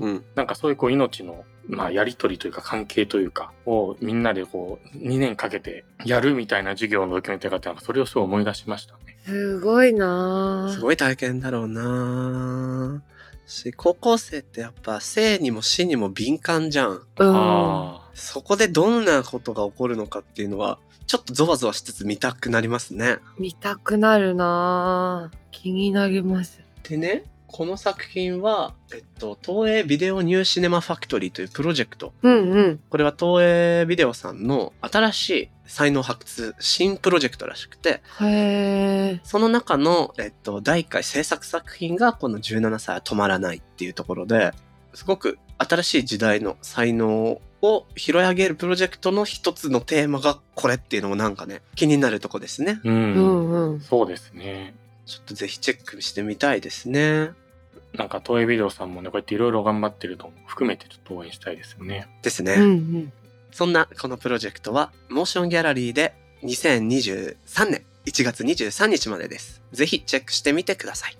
[SPEAKER 1] うん
[SPEAKER 3] なんかそういうこう命の、まあやりとりというか関係というか、をみんなでこう2年かけてやるみたいな授業のドキュメンタリーがあって、なんかそれをすごい思い出しましたね。
[SPEAKER 2] すごいな
[SPEAKER 1] すごい体験だろうなし高校生ってやっぱ生にも死にも敏感じゃん
[SPEAKER 2] うん。
[SPEAKER 3] ああ、
[SPEAKER 1] そこでどんなことが起こるのかっていうのはちょっとゾワゾワしつつ見たくなりますね
[SPEAKER 2] 見たくなるな気になります。
[SPEAKER 1] でねこの作品は、えっと、東映ビデオニューシネマファクトリーというプロジェクト
[SPEAKER 2] うんうん。
[SPEAKER 1] これは東映ビデオさんの新しい才能発掘新プロジェクトらしくて、
[SPEAKER 2] へえ。
[SPEAKER 1] その中の、えっと、第1回制作作品がこの17歳は止まらないっていうところで、すごく新しい時代の才能を拾い上げるプロジェクトの一つのテーマがこれっていうのもなんかね、気になるとこですね。
[SPEAKER 2] う
[SPEAKER 3] うん
[SPEAKER 2] んうん。
[SPEAKER 3] そうですね。
[SPEAKER 1] ちょっとぜひチェックしてみたいですね。
[SPEAKER 3] なんか東映ビデオさんもね、こうやっていろいろ頑張ってるのも含めてちょっと応援したいですよね。
[SPEAKER 1] です
[SPEAKER 2] う
[SPEAKER 1] ね。
[SPEAKER 2] んうん。
[SPEAKER 1] そんなこのプロジェクトは、モーションギャラリーで2023年1月23日までです。ぜひチェックしてみてください。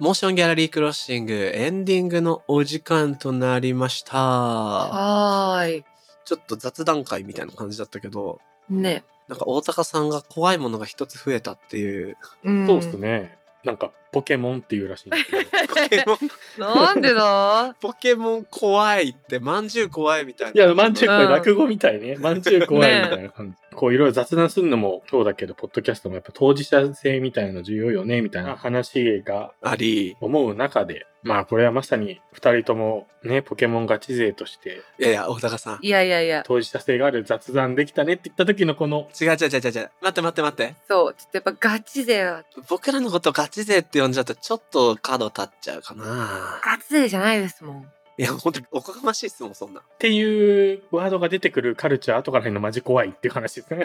[SPEAKER 1] モーションギャラリークロッシングエンディングのお時間となりました。
[SPEAKER 2] はーい。
[SPEAKER 1] ちょっと雑談会みたいな感じだったけど、
[SPEAKER 2] ね。
[SPEAKER 1] なんか大高さんが怖いものが一つ増えたっていう。
[SPEAKER 2] うん
[SPEAKER 3] そうです。ね。なんかポケモンっていうらしいんですけど。 [laughs] い
[SPEAKER 1] ポケモン、
[SPEAKER 2] [laughs] なんでだ
[SPEAKER 1] ポケモン怖いって、まんじゅう怖いみたいな。
[SPEAKER 3] や、まんじゅうこれ
[SPEAKER 2] うん
[SPEAKER 3] 落語みたいね。まんじゅう怖いみたいな感じ。こういろいろ雑談するのもそうだけど、ポッドキャストもやっぱ当事者性みたいなの重要よね、みたいな話が
[SPEAKER 1] あり、
[SPEAKER 3] 思う中で、まあこれはまさに二人ともね、ポケモンガチ勢として
[SPEAKER 1] いやいや、大高さん。
[SPEAKER 2] いやいやいや。
[SPEAKER 3] 当事者性がある雑談できたねって言った時のこの、
[SPEAKER 1] 違う違う違う違う。待って待って待って。
[SPEAKER 2] そう。ちょっとやっぱガチ勢は、
[SPEAKER 1] 僕らのことガチ勢って呼んじゃうと、ちょっと角立っちゃうかな。
[SPEAKER 2] ガチ勢じゃないですもん。
[SPEAKER 1] いや、ほんと、おこがましいっすもん、そんな。
[SPEAKER 3] っていうワードが出てくるカルチャー後からへんのマジ怖いっていう話
[SPEAKER 2] [laughs]
[SPEAKER 3] ですね。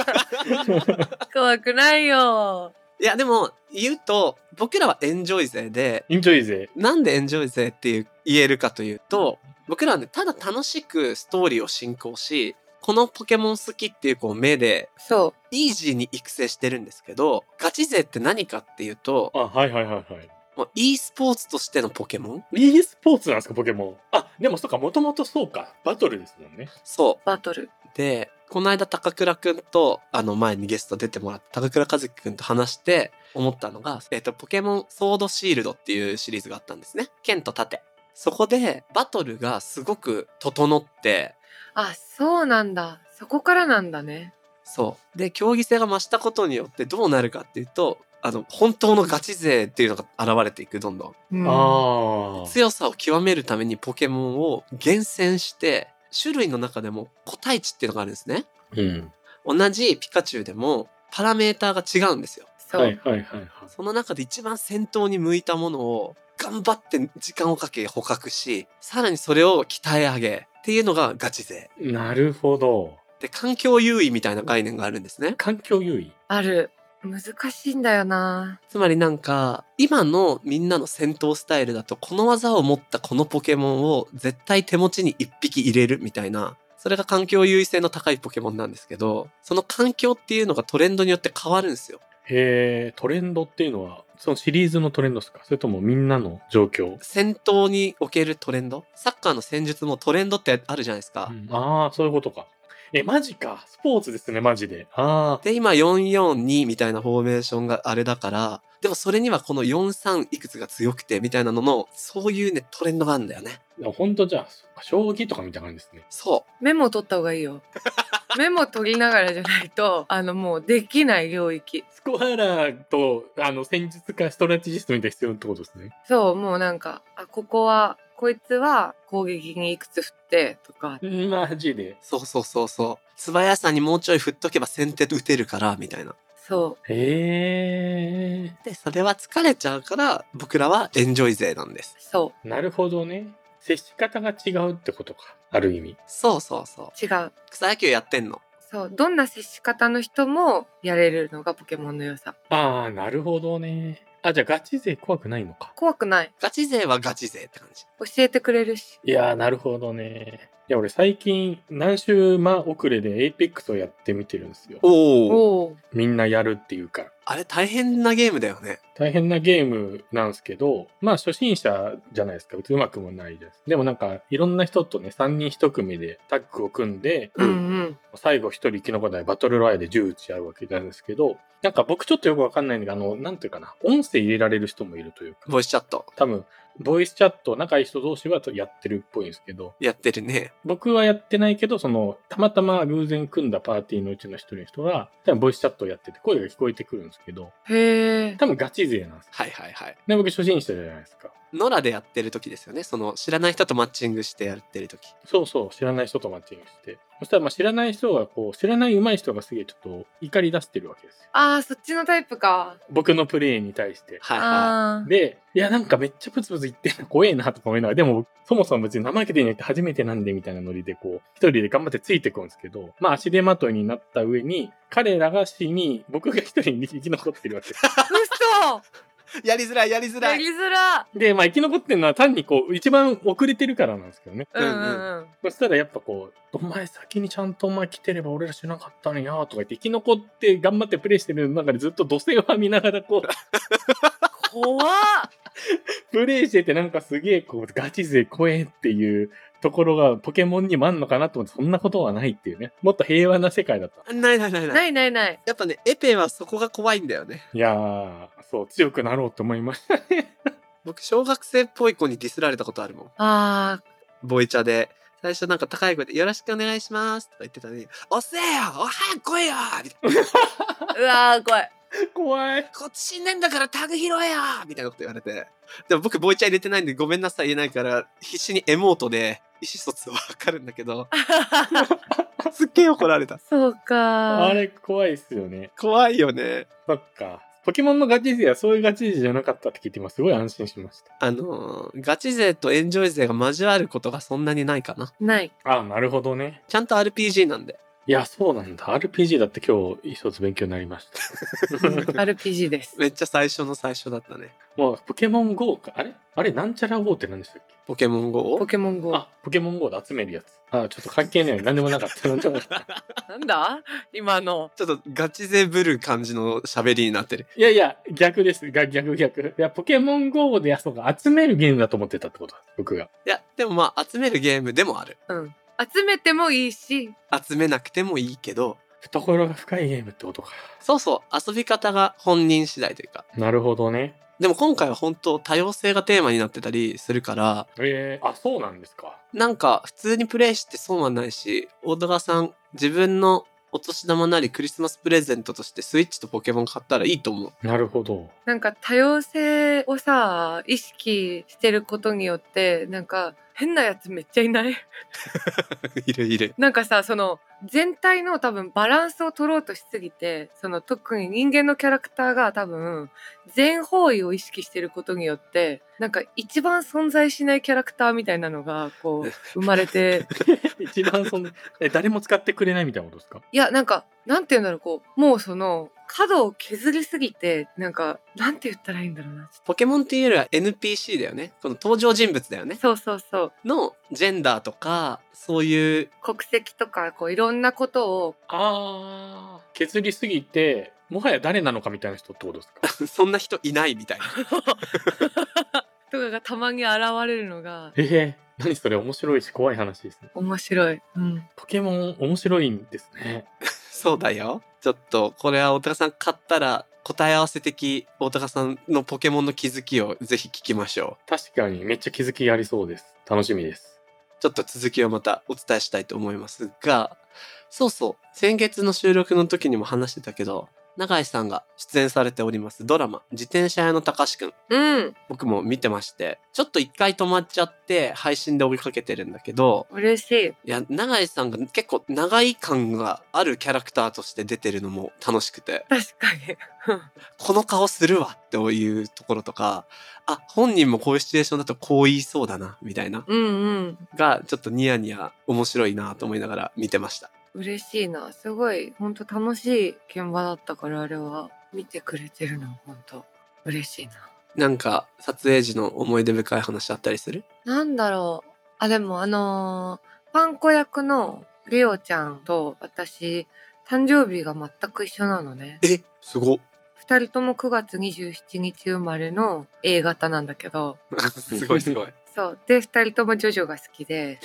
[SPEAKER 3] [laughs]
[SPEAKER 2] 怖くないよ。
[SPEAKER 1] いや、でも、言うと、僕らはエンジョイ勢で、
[SPEAKER 3] インジョイ勢。
[SPEAKER 1] なんでエンジョイ勢っていう言えるかというと、僕らはね、ただ楽しくストーリーを進行し、このポケモン好きっていうこう目で、
[SPEAKER 2] そ。
[SPEAKER 1] イージーに育成してるんですけど、ガチ勢って何かっていうと、
[SPEAKER 3] あ、はいはいはいはい。
[SPEAKER 1] もう e スポーツとしてのポケモン
[SPEAKER 3] e スポーツなんですか、ポケモン。あ、でもそうか、もともとそうか。バトルですもんね。
[SPEAKER 1] そう
[SPEAKER 2] バトル。
[SPEAKER 1] う。で、この間高倉くんと、あの前にゲスト出てもらった高倉和樹くんと話して思ったのが、えっ、と、ポケモンソードシールドっていうシリーズがあったんですね。剣と盾。そこで、バトルがすごく整って、
[SPEAKER 2] あ、そうなんだ。そこからなんだね。
[SPEAKER 1] そう。で、競技性が増したことによってどうなるかっていうと、あの、本当のガチ勢っていうのが現れていく、どんどん。
[SPEAKER 2] うん
[SPEAKER 3] ああ。
[SPEAKER 1] 強さを極めるためにポケモンを厳選して、種類の中でも個体値っていうのがあるんですね。
[SPEAKER 3] うん。
[SPEAKER 1] 同じピカチュウでもパラメーターが違うんですよ。
[SPEAKER 2] そう、
[SPEAKER 3] はいはいはいはい。
[SPEAKER 1] その中で一番先頭に向いたものを頑張って時間をかけ捕獲し、さらにそれを鍛え上げっていうのがガチ勢。
[SPEAKER 3] なるほど。
[SPEAKER 1] で、環境優位みたいな概念があるんですね。
[SPEAKER 3] 環境優位。
[SPEAKER 2] ある。難しいんだよな。
[SPEAKER 1] つまりなんか、今のみんなの戦闘スタイルだと、この技を持ったこのポケモンを絶対手持ちに一匹入れるみたいな、それが環境優位性の高いポケモンなんですけど、その環境っていうのがトレンドによって変わるんですよ。
[SPEAKER 3] へえ、トレンドっていうのは、そのシリーズのトレンドですかそれともみんなの状況、
[SPEAKER 1] 戦闘におけるトレンドサッカーの戦術もトレンドってあるじゃないですか。
[SPEAKER 3] ああ、そういうことか。え、マジか。スポーツですね、マジで。ああ。
[SPEAKER 1] で、今442みたいなフォーメーションがあれだから、でもそれにはこの43いくつが強くてみたいなのの、そういうね、トレンドがあるんだよね。
[SPEAKER 3] でも本当じゃあ、そっか将棋とかみたいな感じですね。
[SPEAKER 1] そ
[SPEAKER 2] メモ取った方がいいよ。 [laughs] メモ取りながらじゃないと、あの、もうできない領域。
[SPEAKER 3] スコアラーと、あの、戦術家、ストラテジストみたいな必要ってことですね。
[SPEAKER 2] そう、もうなんか、あ、ここは、こいつは攻撃にいくつ振って、とか。
[SPEAKER 3] マジで。
[SPEAKER 1] う。そうそうそうそう。素早さにもうちょい振っとけば先手打てるから、みたいな。
[SPEAKER 2] そ
[SPEAKER 3] へえ。
[SPEAKER 1] で、それは疲れちゃうから、僕らはエンジョイ勢なんです。
[SPEAKER 2] う、そ
[SPEAKER 3] なるほどね。接し方が違うってことか。ある意味。
[SPEAKER 1] そうそうそう。
[SPEAKER 2] う、違う。
[SPEAKER 1] 草野球やってんの。
[SPEAKER 2] そう、どんな接し方の人もやれるのがポケモンの良さ。
[SPEAKER 3] ああ、なるほどね。あ、じゃあガチ勢怖くないのか。
[SPEAKER 2] 怖くない。
[SPEAKER 1] ガチ勢はガチ勢って感じ。
[SPEAKER 2] 教えてくれるし。
[SPEAKER 3] いやー、なるほどね。いや、俺最近、何週間遅れでエイペックスをやってみてるんですよ。
[SPEAKER 1] おお。
[SPEAKER 2] おおー。
[SPEAKER 3] みんなやるっていうから。
[SPEAKER 1] あれ大変なゲームだよね。
[SPEAKER 3] 大変なゲームなんですけど、まあ初心者じゃないですか。うまくもないです。でもなんか、いろんな人とね、3人1組でタッグを組んで、
[SPEAKER 2] うんうん。
[SPEAKER 3] 最後1人生き残ったらバトルロワイヤルで銃撃ち合うわけなんですけど、なんか僕ちょっとよくわかんないんだけど、あの、なんていうかな、音声入れられる人もいるというか、
[SPEAKER 1] ボイスチャット
[SPEAKER 3] 多分、ボイスチャット、仲いい人同士はやってるっぽいんですけど、
[SPEAKER 1] やってるね。
[SPEAKER 3] 僕はやってないけど、その、たまたま偶然組んだパーティーのうちの一人の人が、多分ボイスチャットをやってて声が聞こえてくるんですけど、
[SPEAKER 2] へえ。
[SPEAKER 3] 多分ガチ勢なんですよ。
[SPEAKER 1] はいはいはい。
[SPEAKER 3] で、僕初心者じゃないですか。
[SPEAKER 1] ノラでやってる時ですよね。その知らない人とマッチングしてやってる時。
[SPEAKER 3] そうそう、知らない人とマッチングして。そしたら、まあ知らない人がこう、知らない上手い人がすげえちょっと怒り出してるわけですよ。
[SPEAKER 2] ああ、そっちのタイプか。
[SPEAKER 3] 僕のプレイに対して。
[SPEAKER 1] はいは
[SPEAKER 2] ああ。
[SPEAKER 3] で、いや、なんかめっちゃブツブツ言ってんの怖えなとか思いながら、でも、そもそも別に怠けていないって初めてなんでみたいなノリでこう、一人で頑張ってついてくんですけど、まあ足手まといになった上に、彼らが死に、僕が一人生き残ってるわけです。
[SPEAKER 2] [laughs] 嘘
[SPEAKER 1] い。やりづらいやりづ
[SPEAKER 2] や
[SPEAKER 1] ら
[SPEAKER 2] り
[SPEAKER 1] い。
[SPEAKER 2] づら
[SPEAKER 3] で、まあ生き残ってるのは単にこう、一番遅れてるからなんですけどね。
[SPEAKER 2] うんうんうん。
[SPEAKER 3] そしたらやっぱこう、お前先にちゃんとお前来てれば俺ら知らなかったのやとか言って生き残って頑張ってプレイしてる中でずっと土星を見ながらこう、
[SPEAKER 2] 怖 [laughs] っ
[SPEAKER 3] プレイしててなんかすげえこう、ガチ勢怖えっていうところがポケモンにもあんのかなと思ってそんなことはないっていうね。もっと平和な世界だった。
[SPEAKER 1] ないないないな。
[SPEAKER 2] ないいないない。
[SPEAKER 1] やっぱね、エペはそこが怖いんだよね。
[SPEAKER 3] いやー、そう、強くなろうと思いましたね。
[SPEAKER 1] 僕、小学生っぽい子にディスられたことあるもん。
[SPEAKER 2] ああ、
[SPEAKER 1] ボイチャで。最初なんか高い声で、よろしくお願いしますとか言ってたのに、遅えよお早く来いよみたいな。
[SPEAKER 2] うわー、怖い。
[SPEAKER 3] [laughs] 怖い。
[SPEAKER 1] こっち死んでんだからタグ拾えよみたいなこと言われて。でも僕、ボイチャ入れてないんでごめんなさい言えないから、必死にエモートで意思疎通を図るんだけど、すっげえ怒られた。
[SPEAKER 2] [laughs] そうか。
[SPEAKER 3] あれ怖いっすよね。
[SPEAKER 1] 怖いよね。
[SPEAKER 3] そっか。ポケモンのガチ勢はそういうガチ勢じゃなかったって聞いて今すごい安心しました。
[SPEAKER 1] あのーガチ勢とエンジョイ勢が交わることがそんなにないかな。
[SPEAKER 2] [laughs] ない。
[SPEAKER 3] あー、なるほどね。
[SPEAKER 1] ちゃんと RPG なんで。
[SPEAKER 3] いいや、そうなんだ。RPG だって今日一つ勉強になりました。
[SPEAKER 2] RPG です。
[SPEAKER 1] めっちゃ最初の最初だったね。
[SPEAKER 3] [laughs] もうポケモン GO か。あれあれなんちゃら GO って何でしたっけ
[SPEAKER 1] ポケモン GO
[SPEAKER 2] ポ
[SPEAKER 1] を
[SPEAKER 2] ケモン GO。
[SPEAKER 3] あ、ポケモン GO で集めるやつ。あ、ちょっと関係ない何でもなか [laughs] った。なんでもなかった
[SPEAKER 2] なんだ今の。
[SPEAKER 1] ちょっとガチ勢ぶる感じの喋りになってる。
[SPEAKER 3] いやいや、逆です。が逆逆。いや、ポケモン GO で、あ、そうか、集めるゲームだと思ってたってことだ。僕が。
[SPEAKER 1] いや、でもまあ、集めるゲームでもある。
[SPEAKER 2] うん。集めてもいいし、
[SPEAKER 1] 集めなくてもいいけど、
[SPEAKER 3] 懐が深いゲームってことか。
[SPEAKER 1] そうそう、遊び方が本人次第というか。
[SPEAKER 3] なるほどね。
[SPEAKER 1] でも今回は本当多様性がテーマになってたりするから、
[SPEAKER 3] えー、あ、そうなんですか。
[SPEAKER 1] なんか普通にプレイして損はないし、大高さん自分のお年玉なりクリスマスプレゼントとしてスイッチとポケモン買ったらいいと思う。
[SPEAKER 3] なるほど。
[SPEAKER 2] なんか多様性をさ、意識してることによって、なんか変なやつめっちゃいない
[SPEAKER 1] [laughs]
[SPEAKER 2] [laughs]
[SPEAKER 1] いるいる。
[SPEAKER 2] なんかさ、その全体の多分バランスを取ろうとしすぎて、その特に人間のキャラクターが多分全方位を意識してることによって、なんか一番存在しないキャラクターみたいなのがこう [laughs] 生まれて、
[SPEAKER 3] 一番その、 [laughs] え、誰も使ってくれないみたいなことですか
[SPEAKER 2] いや、なんか、なんて言うんだろう、こう、もうその角を削りすぎて、なんか、なんて言ったらいいんだろうな。
[SPEAKER 1] ポケモンっていうよりは NPC だよね。この登場人物だよね。
[SPEAKER 2] そうそうそう。
[SPEAKER 1] のジェンダーとか、そういう、 [laughs]
[SPEAKER 2] 国籍とか、こう、いろんなことを
[SPEAKER 3] あー。削りすぎて、もはや誰なのかみたいな人ってことですか
[SPEAKER 1] そんな人いないみたいな。
[SPEAKER 2] とかがたまに現れるのが
[SPEAKER 3] [laughs] ええー。何それ面白いし怖い話ですね。
[SPEAKER 2] 面白い。うん。
[SPEAKER 3] ポケモン面白いんですね。
[SPEAKER 1] そうだよ。ちょっと、これは大高さん買ったら、答え合わせ的大高さんのポケモンの気づきをぜひ聞きましょ
[SPEAKER 3] 確かにめっちゃ気づきありそうです。楽しみです。
[SPEAKER 1] う。ちょっと続きをまたお伝えしたいと思いますが、そうそう、先月の収録の時にも話してたけど、永井さんが出演されておりますドラマ、自転車屋の高志くん。
[SPEAKER 2] うん。
[SPEAKER 1] 僕も見てまして、ちょっと一回止まっちゃって配信で追いかけてるんだけど、
[SPEAKER 2] 嬉しい。
[SPEAKER 1] いや、永井さんが結構長い感があるキャラクターとして出てるのも楽しくて、
[SPEAKER 2] 確かに。
[SPEAKER 1] この顔するわっていうところとか、あ、本人もこういうシチュエーションだとこう言いそうだな、みたいな、
[SPEAKER 2] うんうん。
[SPEAKER 1] がちょっとニヤニヤ面白いなと思いながら見てました。
[SPEAKER 2] 嬉しいな。すごい、本当楽しい現場だったから、あれは。見てくれてるの、本当嬉しいな。
[SPEAKER 1] なんか、撮影時の思い出深い話あったりする
[SPEAKER 2] なんだろう。あ、でもあのーパンコ役のリオちゃんと私、誕生日が全く一緒なのね。
[SPEAKER 1] え、すご。
[SPEAKER 2] 二人とも9月27日生まれの A 型なんだけど、
[SPEAKER 1] [laughs] す [laughs] ごい
[SPEAKER 3] [laughs]
[SPEAKER 1] すごい。
[SPEAKER 2] そう。で、二人ともジョジョが好きで、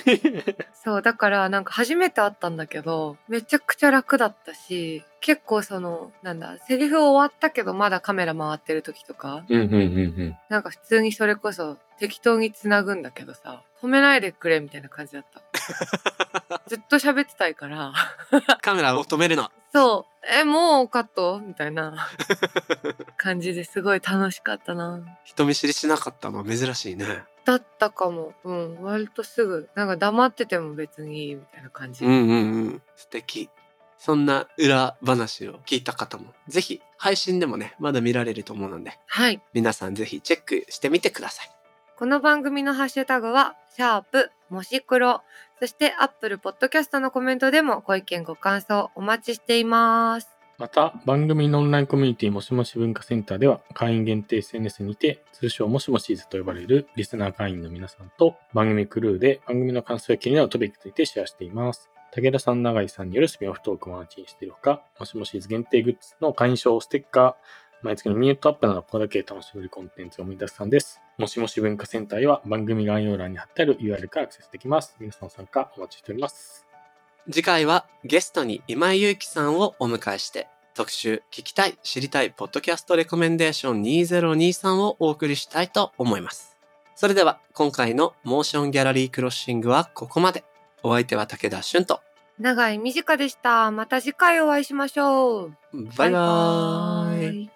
[SPEAKER 2] そう、だからなんか初めて会ったんだけど、めちゃくちゃ楽だったし、結構その、なんだ、セリフ終わったけどまだカメラ回ってる時とか、
[SPEAKER 3] うんうんうんうん。
[SPEAKER 2] なんか普通にそれこそ適当に繋ぐんだけどさ、止めないでくれみたいな感じだった。
[SPEAKER 1] [laughs]
[SPEAKER 2] ずっと喋ってたいから、
[SPEAKER 1] カメラを止めるな。
[SPEAKER 2] そう、え、もうカットみたいな感じですごい楽しかったな。
[SPEAKER 1] 人見知りしなかったのは珍しいね。
[SPEAKER 2] だったかも。うん、割とすぐ、なんか黙ってても別にいいみたいな感じ。
[SPEAKER 1] うんうんうん。素敵。そんな裏話を聞いた方も、ぜひ配信でもね、まだ見られると思うので、
[SPEAKER 2] はい。
[SPEAKER 1] 皆さんぜひチェックしてみてください。
[SPEAKER 2] この番組のハッシュタグは、シャープ、もし黒、そして Apple Podcast のコメントでもご意見ご感想お待ちしています。
[SPEAKER 3] また、番組のオンラインコミュニティもしもし文化センターでは、会員限定 SNS にて、通称もしもしーずと呼ばれるリスナー会員の皆さんと、番組クルーで番組の感想や気になるトピックについてシェアしています。武田さん、永井さんによるスピンオフトークもお待ちしているほか、もしもしーず限定グッズの会員証、ステッカー、毎月のミニットアップなど、ここだけ楽しめるコンテンツを生み出すさんです。もしもし文化センターへは、番組概要欄に貼ってある URL からアクセスできます。皆さんの参加お待ちしております。
[SPEAKER 1] 次回はゲストに今井祐樹さんをお迎えして特集聞きたい知りたいポッドキャストレコメンデーション2023をお送りしたいと思います。それでは今回のモーションギャラリークロッシングはここまで。お相手は武田俊と。
[SPEAKER 2] 長井美かでした。また次回お会いしましょう。
[SPEAKER 1] バイバーイ。
[SPEAKER 2] イ